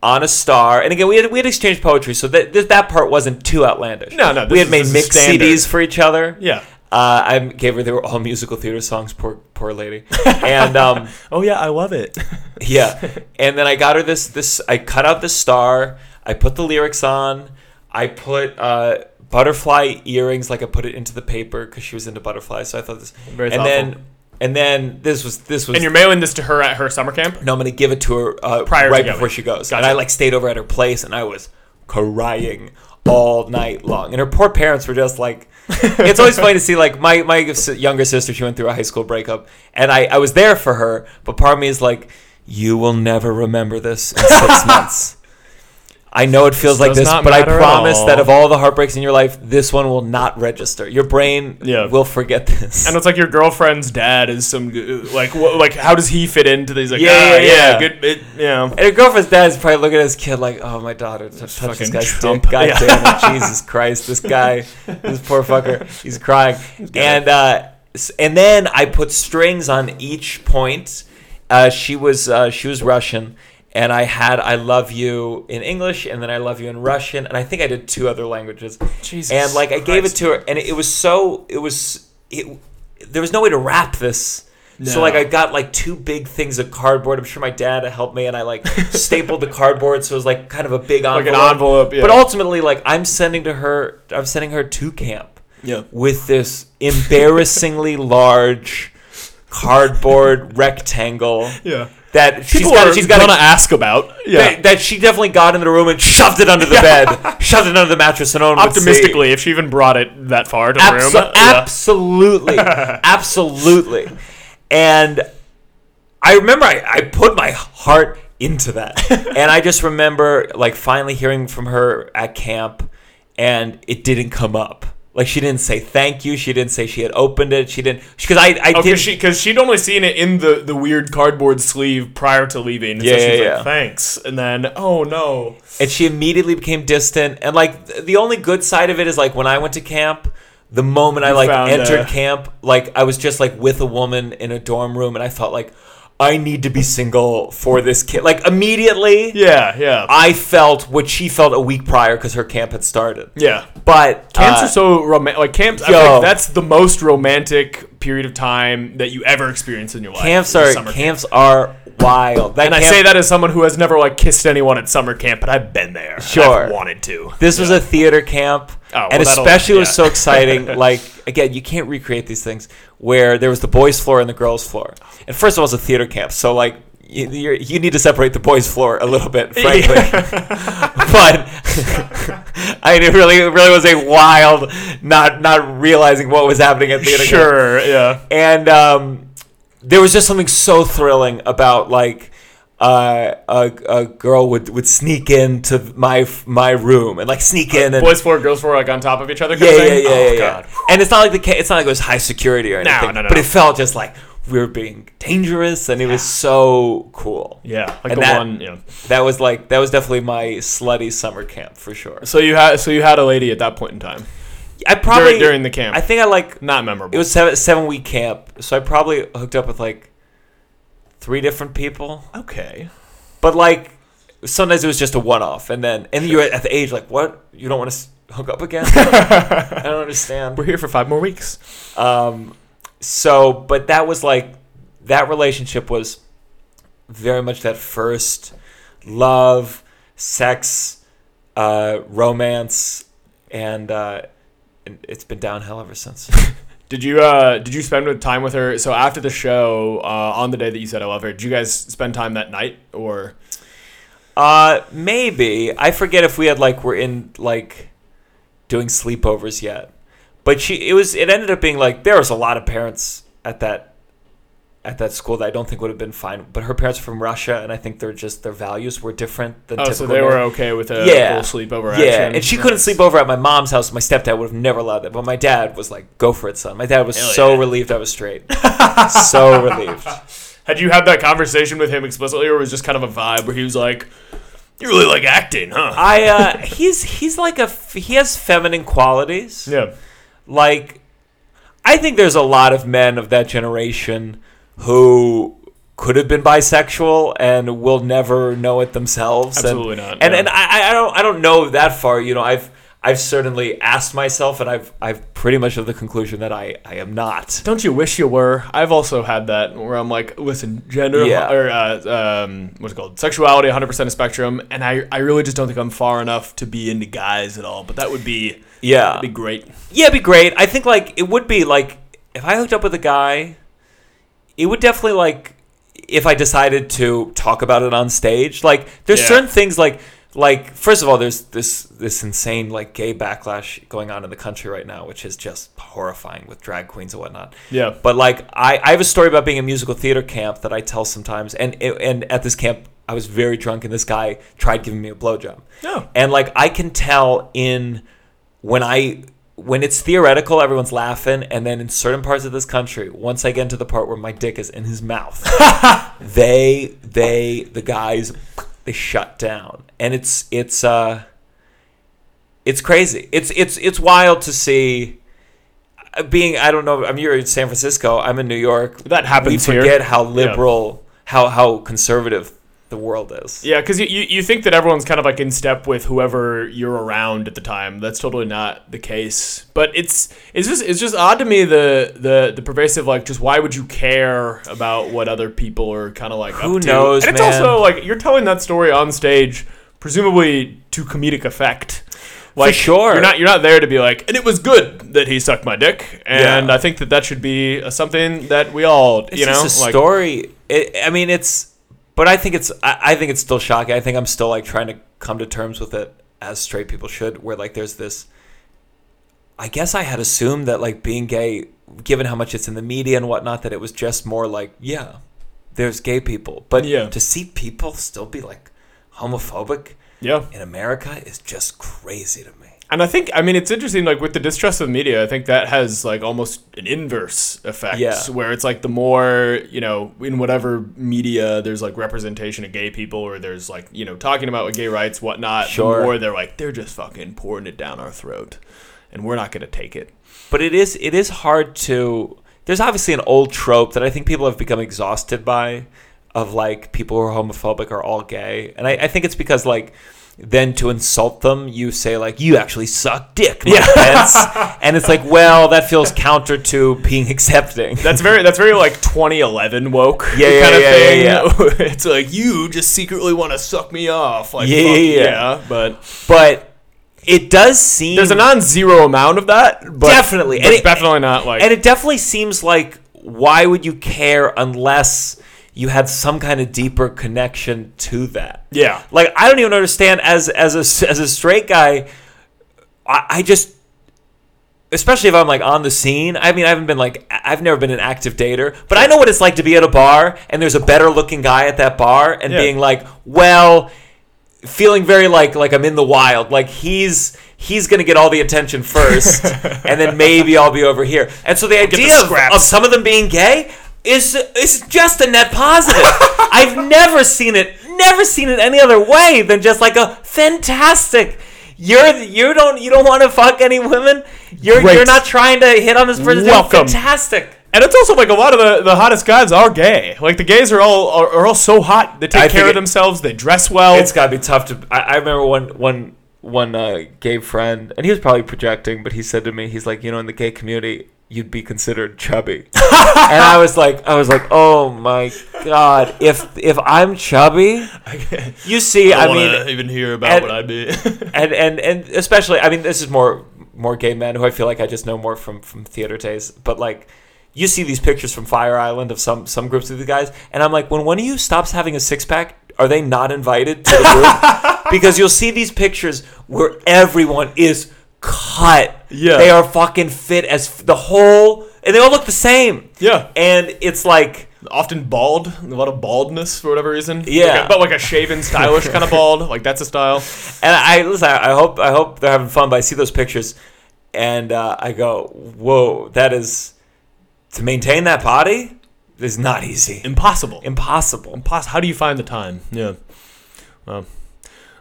C: on a star. And again, we had we had exchanged poetry, so that that- that part wasn't too outlandish.
B: No, no, this
C: We had
B: is-
C: made
B: this is
C: mixed
B: standard.
C: CDs for each other.
B: Yeah.
C: Uh, I gave her they were all musical theater songs. Poor poor lady. And
B: <laughs>
C: um,
B: Oh yeah, I love it.
C: <laughs> yeah. And then I got her this this I cut out the star, I put the lyrics on, I put uh butterfly earrings like I put it into the paper cuz she was into butterflies. So I thought this
B: Very
C: And
B: thoughtful.
C: then and then this was this was
B: and you're mailing this to her at her summer camp.
C: no, I'm going to give it to her uh,
B: Prior to
C: right
B: going.
C: before she goes. And
B: Gotcha.
C: I like stayed over at her place and I was crying all night long. And her poor parents were
B: <laughs>
C: just like, it's always funny to see like my, my s- younger sister, she went through a high school breakup and I, I was there for her. But part of me is like, you will never remember this in
B: <laughs>
C: six months. I know it feels
B: This
C: like
B: does
C: this,
B: not
C: but I
B: matter at
C: promise
B: all.
C: that of all the heartbreaks in your life, this one will not register. Your brain
B: Yeah.
C: will forget this.
B: And it's like your girlfriend's dad is some g- like wha- like how does he fit into these like
C: Yeah,
B: ah,
C: yeah,
B: yeah,
C: yeah.
B: good it, yeah
C: And her girlfriend's dad is probably looking at his kid like, "Oh, my daughter t- touched this
B: fucking
C: guy's
B: Trump."
C: dick. God
B: Yeah. <laughs>
C: damn it, Jesus Christ, this guy, this poor fucker,
B: <laughs>
C: he's crying." And uh, s- and then I put strings on each point. Uh, she was uh, she was Russian, and I had "I love you" in English, and then "I love you" in Russian, and I think I did two other languages.
B: Jesus
C: And like I gave it
B: Christ.
C: to her, and it was so it was it. There was no way to wrap this. So
B: No.
C: like I got like two big things of cardboard. I'm sure my dad helped me, and I like stapled the cardboard, so it was like kind of a big
B: Like
C: envelope.
B: an envelope, yeah.
C: But ultimately, like I'm sending to her, I'm sending her to camp
B: yeah
C: with this embarrassingly <laughs> large cardboard rectangle
B: yeah
C: that she's
B: people
C: got.
B: are
C: she's got a-
B: gonna ask about yeah
C: that, that she definitely got into the room and shoved it under
B: <laughs>
C: the bed, shoved it under the mattress, and no one would see.
B: optimistically if she even brought it that far to the
C: Abso-
B: room yeah. <laughs>
C: Absolutely. absolutely. And I remember I, I put my heart
B: <laughs>
C: into that. and I just remember like finally hearing from her at camp and it didn't come up. Like she didn't say thank you. She didn't say she had opened it. She didn't because I, I
B: Oh,
C: did
B: cause she because she'd only seen it in the the weird cardboard sleeve prior to leaving. And
C: Yeah,
B: so she's
C: yeah,
B: like,
C: yeah.
B: Thanks, and then oh no,
C: and she immediately became distant and like th- the only good side of it is like when i went to camp the moment i like
B: found,
C: entered
B: uh,
C: camp like i was just like with a woman in a dorm room and i felt like i need to be single for this kid like immediately
B: yeah, yeah,
C: i felt what she felt a week prior because her camp had started
B: yeah.
C: but
B: Camps
C: uh,
B: are so romantic. Like camps, I feel
C: yo.
B: like that's the most romantic period of time that you ever experience in your life.
C: camps
B: is
C: are
B: summer camp.
C: camps are wild That
B: And I
C: camp-
B: say that as someone who has never like kissed anyone at summer camp, but I've been there. and
C: Sure.
B: I've wanted to.
C: This was a theater camp,
B: Oh, well,
C: and
B: that'll-
C: especially it was
B: yeah. <laughs>
C: so exciting. like again, you can't recreate these things. Where there was the boys' floor and the girls' floor, and first of all, it's a theater camp, so like you, you're, you need to separate the boys' floor a little bit, frankly.
B: <laughs>
C: but <laughs> I mean, it really, it really was a wild, not not realizing what was happening at theater. camp
B: Sure, yeah.
C: and um, there was just something so thrilling about like uh, a, a girl would, would sneak into my my room and like sneak in and
B: Boys four, girls four, like on top of each other.
C: yeah
B: kind of
C: yeah yeah,
B: thing?
C: yeah,
B: oh,
C: yeah.
B: God.
C: and it's not like the ca- it's not like it was high security or
B: No,
C: anything
B: no, no,
C: but
B: no.
C: it felt just like we were being dangerous and it was so cool
B: Yeah, like
C: And
B: the
C: that-
B: one. Yeah.
C: that was like that was definitely my slutty summer camp for sure
B: So you had so you had a lady at that point in time
C: I probably
B: during, during the camp.
C: I think I like
B: Not memorable.
C: It was seven seven week camp, so I probably hooked up with like three different people.
B: <laughs> okay.
C: But like sometimes it was just a one off, and then and you're at the age like, what? You don't want to hook up again? I don't understand.
B: We're here for five more weeks.
C: Um, so, but that was like that relationship was very much that first love, sex, uh, romance, and uh, and it's been downhill ever since.
B: Did you uh did you spend with- time with her? So after the show, uh, on the day that you said I love her, did you guys spend time that night or?
C: Uh, maybe I forget if we had like we're in like doing sleepovers yet, but she it was it ended up being like there was a lot of parents at that at that school that I don't think would have been fine, but her parents are from Russia and I think they're just their values were different than
B: Oh, so
C: typical.
B: they were
C: American-
B: okay with a
C: Yeah.
B: full sleepover.
C: yeah,
B: action.
C: and she couldn't
B: Nice.
C: sleep over at my mom's house. My stepdad would have never allowed that, but my dad was like, "Go for it, son." My dad was
B: Hell
C: so
B: yeah.
C: relieved I
B: <laughs>
C: was straight, so relieved.
B: Had you had that conversation with him explicitly, or was it just kind of a vibe where he was like, "You really like acting, huh?"
C: I uh, he's he's like a f- he has feminine qualities.
B: yeah.
C: like I think there's a lot of men of that generation who could have been bisexual and will never know it themselves. And-
B: Absolutely not,
C: And
B: yeah.
C: and I, I don't I don't know that far. You know, I've I've certainly asked myself, and I've I've pretty much of the conclusion that I I am not.
B: Don't you wish you were? I've also had that where I'm like, listen, gender
C: Yeah.
B: or uh, um, what's it called sexuality, 100 percent a spectrum, and I, I really just don't think I'm far enough to be into guys at all. But that would be
C: Yeah,
B: that'd be great.
C: yeah, it'd be great. I think like it would be like if I hooked up with a guy, it would definitely like if I decided to talk about it on stage. Like there's
B: Yeah.
C: certain things like like first of all, there's this this insane like gay backlash going on in the country right now, which is just horrifying with drag queens and whatnot.
B: Yeah.
C: But like I, I have a story about being in musical theater camp that I tell sometimes, and and at this camp I was very drunk, and this guy tried giving me a blowjob.
B: Oh.
C: And like I can tell in when I when it's theoretical, everyone's laughing, and then in certain parts of this country, once I get into the part where my dick is in
B: <laughs>
C: his mouth, they they the guys they shut down, and it's it's uh it's crazy. It's it's it's wild to see. uh, Being I don't know. I'm you're in San Francisco. I'm in New York.
B: That happens
C: We
B: here.
C: forget how liberal, how how conservative the world is.
B: Yeah, because you, you, you think that everyone's kind of like in step with whoever you're around at the time. That's totally not the case. But it's it's just it's just odd to me the the the pervasive like just why would you care about what other people are kind of like
C: Who
B: up to?
C: knows,
B: And it's
C: man?
B: also like you're telling that story on stage, presumably to comedic effect. Like,
C: sure.
B: you're not you're not there to be like, and it was good that he sucked my dick, and
C: Yeah.
B: I think that that should be uh, something that we all
C: It's
B: you know
C: just a
B: like
C: story. It, I mean, it's, but I think it's, I, I think it's still shocking. I think I'm still like trying to come to terms with it as straight people should, where like there's this. I guess I had assumed that like being gay, given how much it's in the media and whatnot, that it was just more like yeah, there's gay people, but
B: Yeah.
C: to see people still be like homophobic
B: yeah.
C: in America is just crazy to me.
B: And I think, I mean, it's interesting, like with the distrust of media, I think that has like almost an inverse effect
C: Yeah.
B: where it's like the more, you know, in whatever media there's like representation of gay people or there's like, you know, talking about like, gay rights, whatnot,
C: Sure.
B: the more they're like, they're just fucking pouring it down our throat and we're not going to take it.
C: but it is it is hard to there's obviously an old trope that i think people have become exhausted by of like people who are homophobic are all gay and i, I think it's because like then to insult them you say like you actually suck dick yeah. and it's like well that feels counter to being <laughs> accepting
B: That's very, that's very like 2011 woke
C: Yeah, yeah,
B: kind of
C: yeah,
B: thing.
C: yeah,
B: <laughs> it's like, you just secretly want to suck me off. Like,
C: Yeah,
B: fuck
C: yeah, yeah.
B: But
C: but it does seem
B: there's a non zero amount of that. But,
C: Definitely.
B: But
C: And it-
B: definitely not like.
C: and it definitely seems like why would you care unless you had some kind of deeper connection to that
B: yeah.
C: Like I don't even understand as as a as a straight guy, I, I just especially if I'm like on the scene. I mean, I haven't been like I- I've never been an active dater, but I know what it's like to be at a bar and there's a better looking guy at that bar and
B: Yeah.
C: being like, well, feeling very like like I'm in the wild, like he's. He's gonna get all the
B: <laughs>
C: attention first, and then maybe I'll be over here. And so the
B: the
C: idea of,
B: scraps.
C: of some of them being gay is is just a
B: <laughs>
C: net positive. I've never seen it, never seen it any other way than just like a fantastic. You're you don't you don't want to fuck any women. You're
B: Great.
C: you're not trying to hit on this person. They're
B: Welcome.
C: Fantastic.
B: And it's also like a lot of the, the hottest guys are gay. Like the gays are all are, are all so hot. They take
C: I think
B: care of
C: it-
B: themselves. They dress well. <laughs>
C: It's gotta be tough to. I, I remember one one one uh, gay friend, and he was probably projecting, but he said to me, he's like, you know, in the gay community, you'd be considered <laughs> chubby. and I was like, I was like, oh my god, if if I'm chubby, you see, I,
B: I, want
C: mean,
B: to even hear about
C: and-
B: what I'd be.
C: and and and especially, I mean, this is more more gay men who I feel like I just know more from from theater days, but like. You see these pictures from Fire Island of some some groups of the guys, and I'm like, when one of you stops having a six pack, are they not invited
B: <laughs>
C: to the group? because you'll see these pictures where everyone is cut.
B: Yeah.
C: they are fucking fit as f- the whole, and they all look the same.
B: <laughs> yeah,
C: And it's like,
B: often bald, a lot of baldness for whatever reason.
C: Yeah.
B: Like a- but like a shaven, stylish
C: <laughs>
B: kind of bald. Like that's a style.
C: and I listen. I I hope I hope they're having fun. But I see those pictures, and uh, I go, "Whoa, that is to maintain that body is not easy,
B: Impossible.
C: impossible."
B: Impos- How do you find the time? Yeah. Well,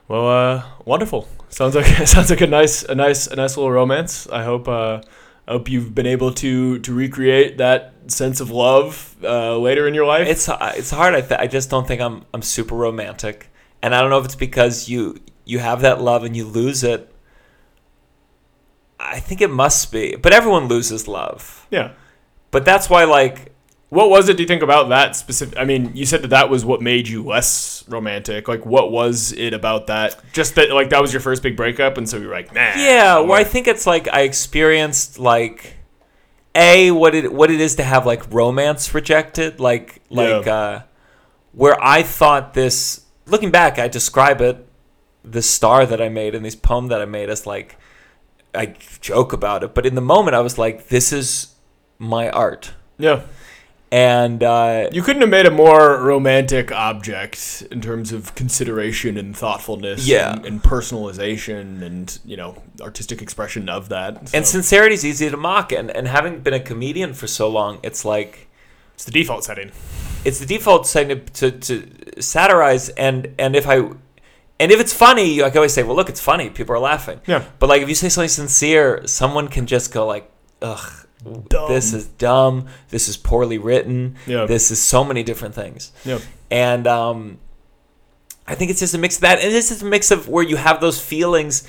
B: well, uh, wonderful. Sounds like <laughs> sounds like a nice, a nice, a nice little romance. I hope, uh, I hope you've been able to to recreate that sense of love uh, later in your life.
C: It's uh, it's hard. I, th- I just don't think I'm I'm super romantic, and I don't know if it's because you you have that love and you lose it. I think it must be, but everyone loses love.
B: yeah.
C: But that's why, like,
B: What was it? Do you think about that specific? I mean, you said that that was what made you less romantic. Like, what was it about that? Just that, like, that was your first big breakup, and so you were like, nah.
C: Yeah,
B: I'm
C: well, I
B: like-
C: think it's like I experienced like a what it what it is to have like romance rejected, like like
B: Yeah.
C: uh, where I thought this. Looking back, I describe it the star that I made and these poem that I made as like I joke about it, but in the moment I was like, this is my art,
B: yeah.
C: and uh,
B: You couldn't have made a more romantic object in terms of consideration and thoughtfulness
C: Yeah.
B: and, and personalization and, you know, artistic expression of that. So
C: and sincerity is easy to mock, and and having been a comedian for so long, it's like.
B: it's the default setting.
C: it's the default setting to, to, to satirize and and if I and if it's funny, I can always say, well, look, it's funny. People are laughing.
B: Yeah.
C: But like, if you say something sincere, someone can just go like, ugh,
B: Dumb.
C: this is dumb. This is poorly written.
B: Yeah.
C: This is so many different things.
B: Yeah.
C: And um, I think it's just a mix of that, and it's just a mix of where you have those feelings.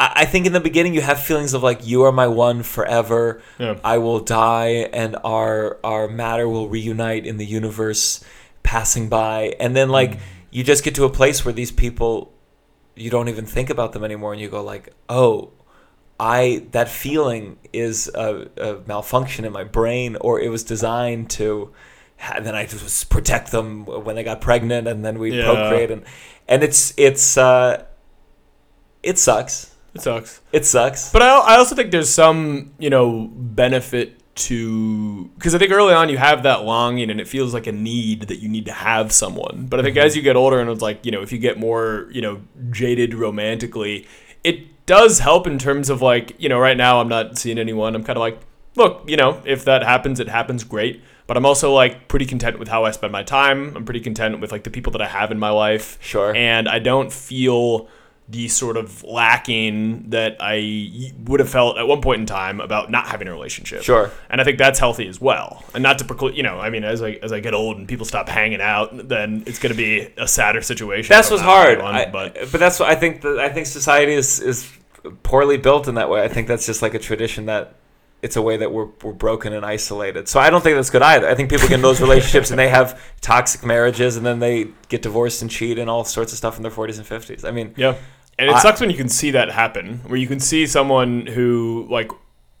C: I, I think in the beginning you have feelings of like, you are my one forever.
B: Yeah.
C: I will die, and our our matter will reunite in the universe, passing by. And then
B: Mm.
C: like you just get to a place where these people, you don't even think about them anymore, and you go like, oh, I that feeling is a, a malfunction in my brain, or it was designed to. ha- Then I just was protect them when they got pregnant, and then we
B: Yeah.
C: procreate, and and it's it's uh, it sucks.
B: It sucks.
C: It sucks.
B: But I, I also think there's some, you know, benefit to because I think early on you have that longing and it feels like a need that you need to have someone. But I think as you get older and it's like, you know, if you get more, you know, jaded romantically, it does help in terms of like, you know, right now I'm not seeing anyone. I'm kind of like, look, you know, if that happens, it happens great. But I'm also like pretty content with how I spend my time. I'm pretty content with like the people that I have in my life
C: Sure.
B: and I don't feel the sort of lacking that I would have felt at one point in time about not having a relationship.
C: Sure.
B: And I think that's healthy as well. And not to preclude, you know, I mean, as I as I get old and people stop hanging out, then it's going to be a sadder situation.
C: That's
B: if I'm
C: what's
B: not
C: hard.
B: around,
C: I-
B: but
C: but that's what I think. That I think society is is poorly built in that way. I think that's just like a tradition that it's a way that we're we're broken and isolated. So I don't think that's good either. I think people get in those relationships and they have toxic marriages and then they get divorced and cheat and all sorts of stuff in their forties and fifties. I mean,
B: yeah, and it
C: I-
B: sucks when you can see that happen, where you can see someone who like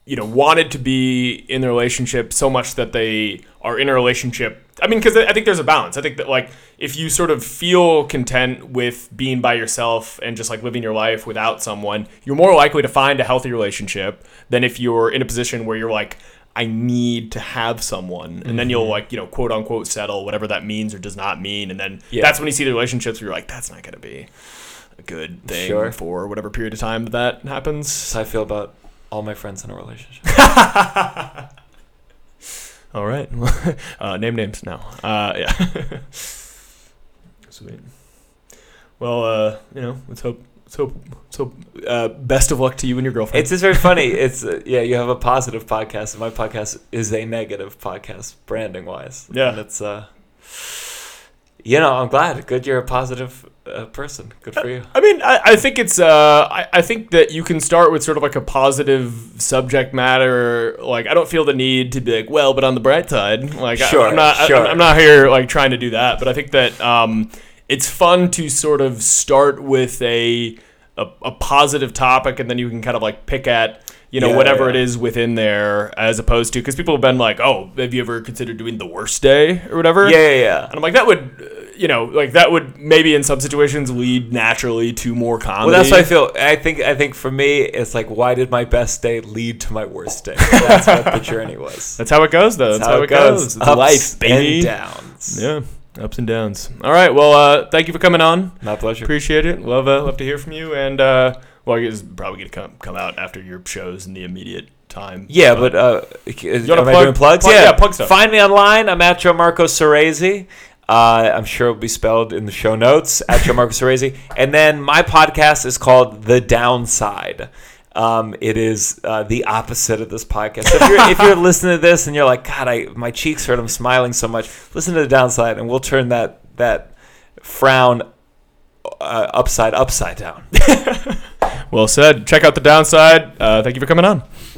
B: you know wanted to be in the relationship so much that they are in a relationship i mean because i think there's a balance i think that like if you sort of feel content with being by yourself and just like living your life without someone you're more likely to find a healthy relationship than if you're in a position where you're like i need to have someone and then
C: Mm-hmm.
B: you'll like you know quote unquote settle whatever that means or does not mean and then
C: Yeah.
B: that's when you see the relationships where you're like that's not going to be a good thing
C: Sure.
B: for whatever period of time that happens <laughs>
C: <laughs> that's how I feel about all my friends in a relationship.
B: All right. <laughs> uh, name names now. Uh, yeah. <laughs> Sweet. Well, uh, you know, let's hope. Let's hope. Let's hope. Uh, best of luck to you and your girlfriend.
C: it's just very funny. It's uh, yeah, you have a positive podcast, and my podcast is a negative podcast, branding wise.
B: Yeah.
C: and it's uh, you know, I'm glad. Good, you're a positive uh, person. Good for you.
B: I mean, I, I think it's. Uh, I, I think that you can start with sort of like a positive subject matter. Like, I don't feel the need to be like, well, but on the bright side, like, I,
C: Sure,
B: am not.
C: sure.
B: I, am not here like trying to do that. But I think that um, it's fun to sort of start with a, a a positive topic, and then you can kind of like pick at you know
C: Yeah,
B: whatever
C: yeah.
B: it is within there, as opposed to because people have been like, oh, have you ever considered doing the worst day or whatever?
C: Yeah, yeah, yeah.
B: And I'm like, that would, uh, you know, like that would maybe in some situations lead naturally to more comedy.
C: Well, that's what I feel. I think. I think for me, it's like, why did my best day lead to my worst day? That's what the journey was.
B: That's how it goes, though. That's, how, it goes. It's
C: Ups
B: life, baby.
C: and downs.
B: Yeah, ups and downs. All right. Well, uh, thank you for coming on.
C: My pleasure.
B: Appreciate it. Love, uh, love to hear from you. And uh, well, I guess it's probably gonna come come out after your shows in the immediate time.
C: Yeah, but uh, am
B: wanna
C: I
B: plug-
C: doing plugs?
B: plug-
C: yeah.
B: yeah, plug stuff.
C: Find me online. I'm at Joe Marco Cerezi. Uh, I'm sure it'll be spelled in the show notes at Joe
B: <laughs>
C: Marco Cerezi. And then my podcast is called The Downside. Um, it is uh, the opposite of this podcast. So if, you're, if
B: <laughs>
C: you're listening to this and you're like, God, I my cheeks hurt. I'm smiling so much. Listen to The Downside, and we'll turn that that frown uh, upside upside down.
B: Well said. Check out the downside. Uh, thank you for coming on.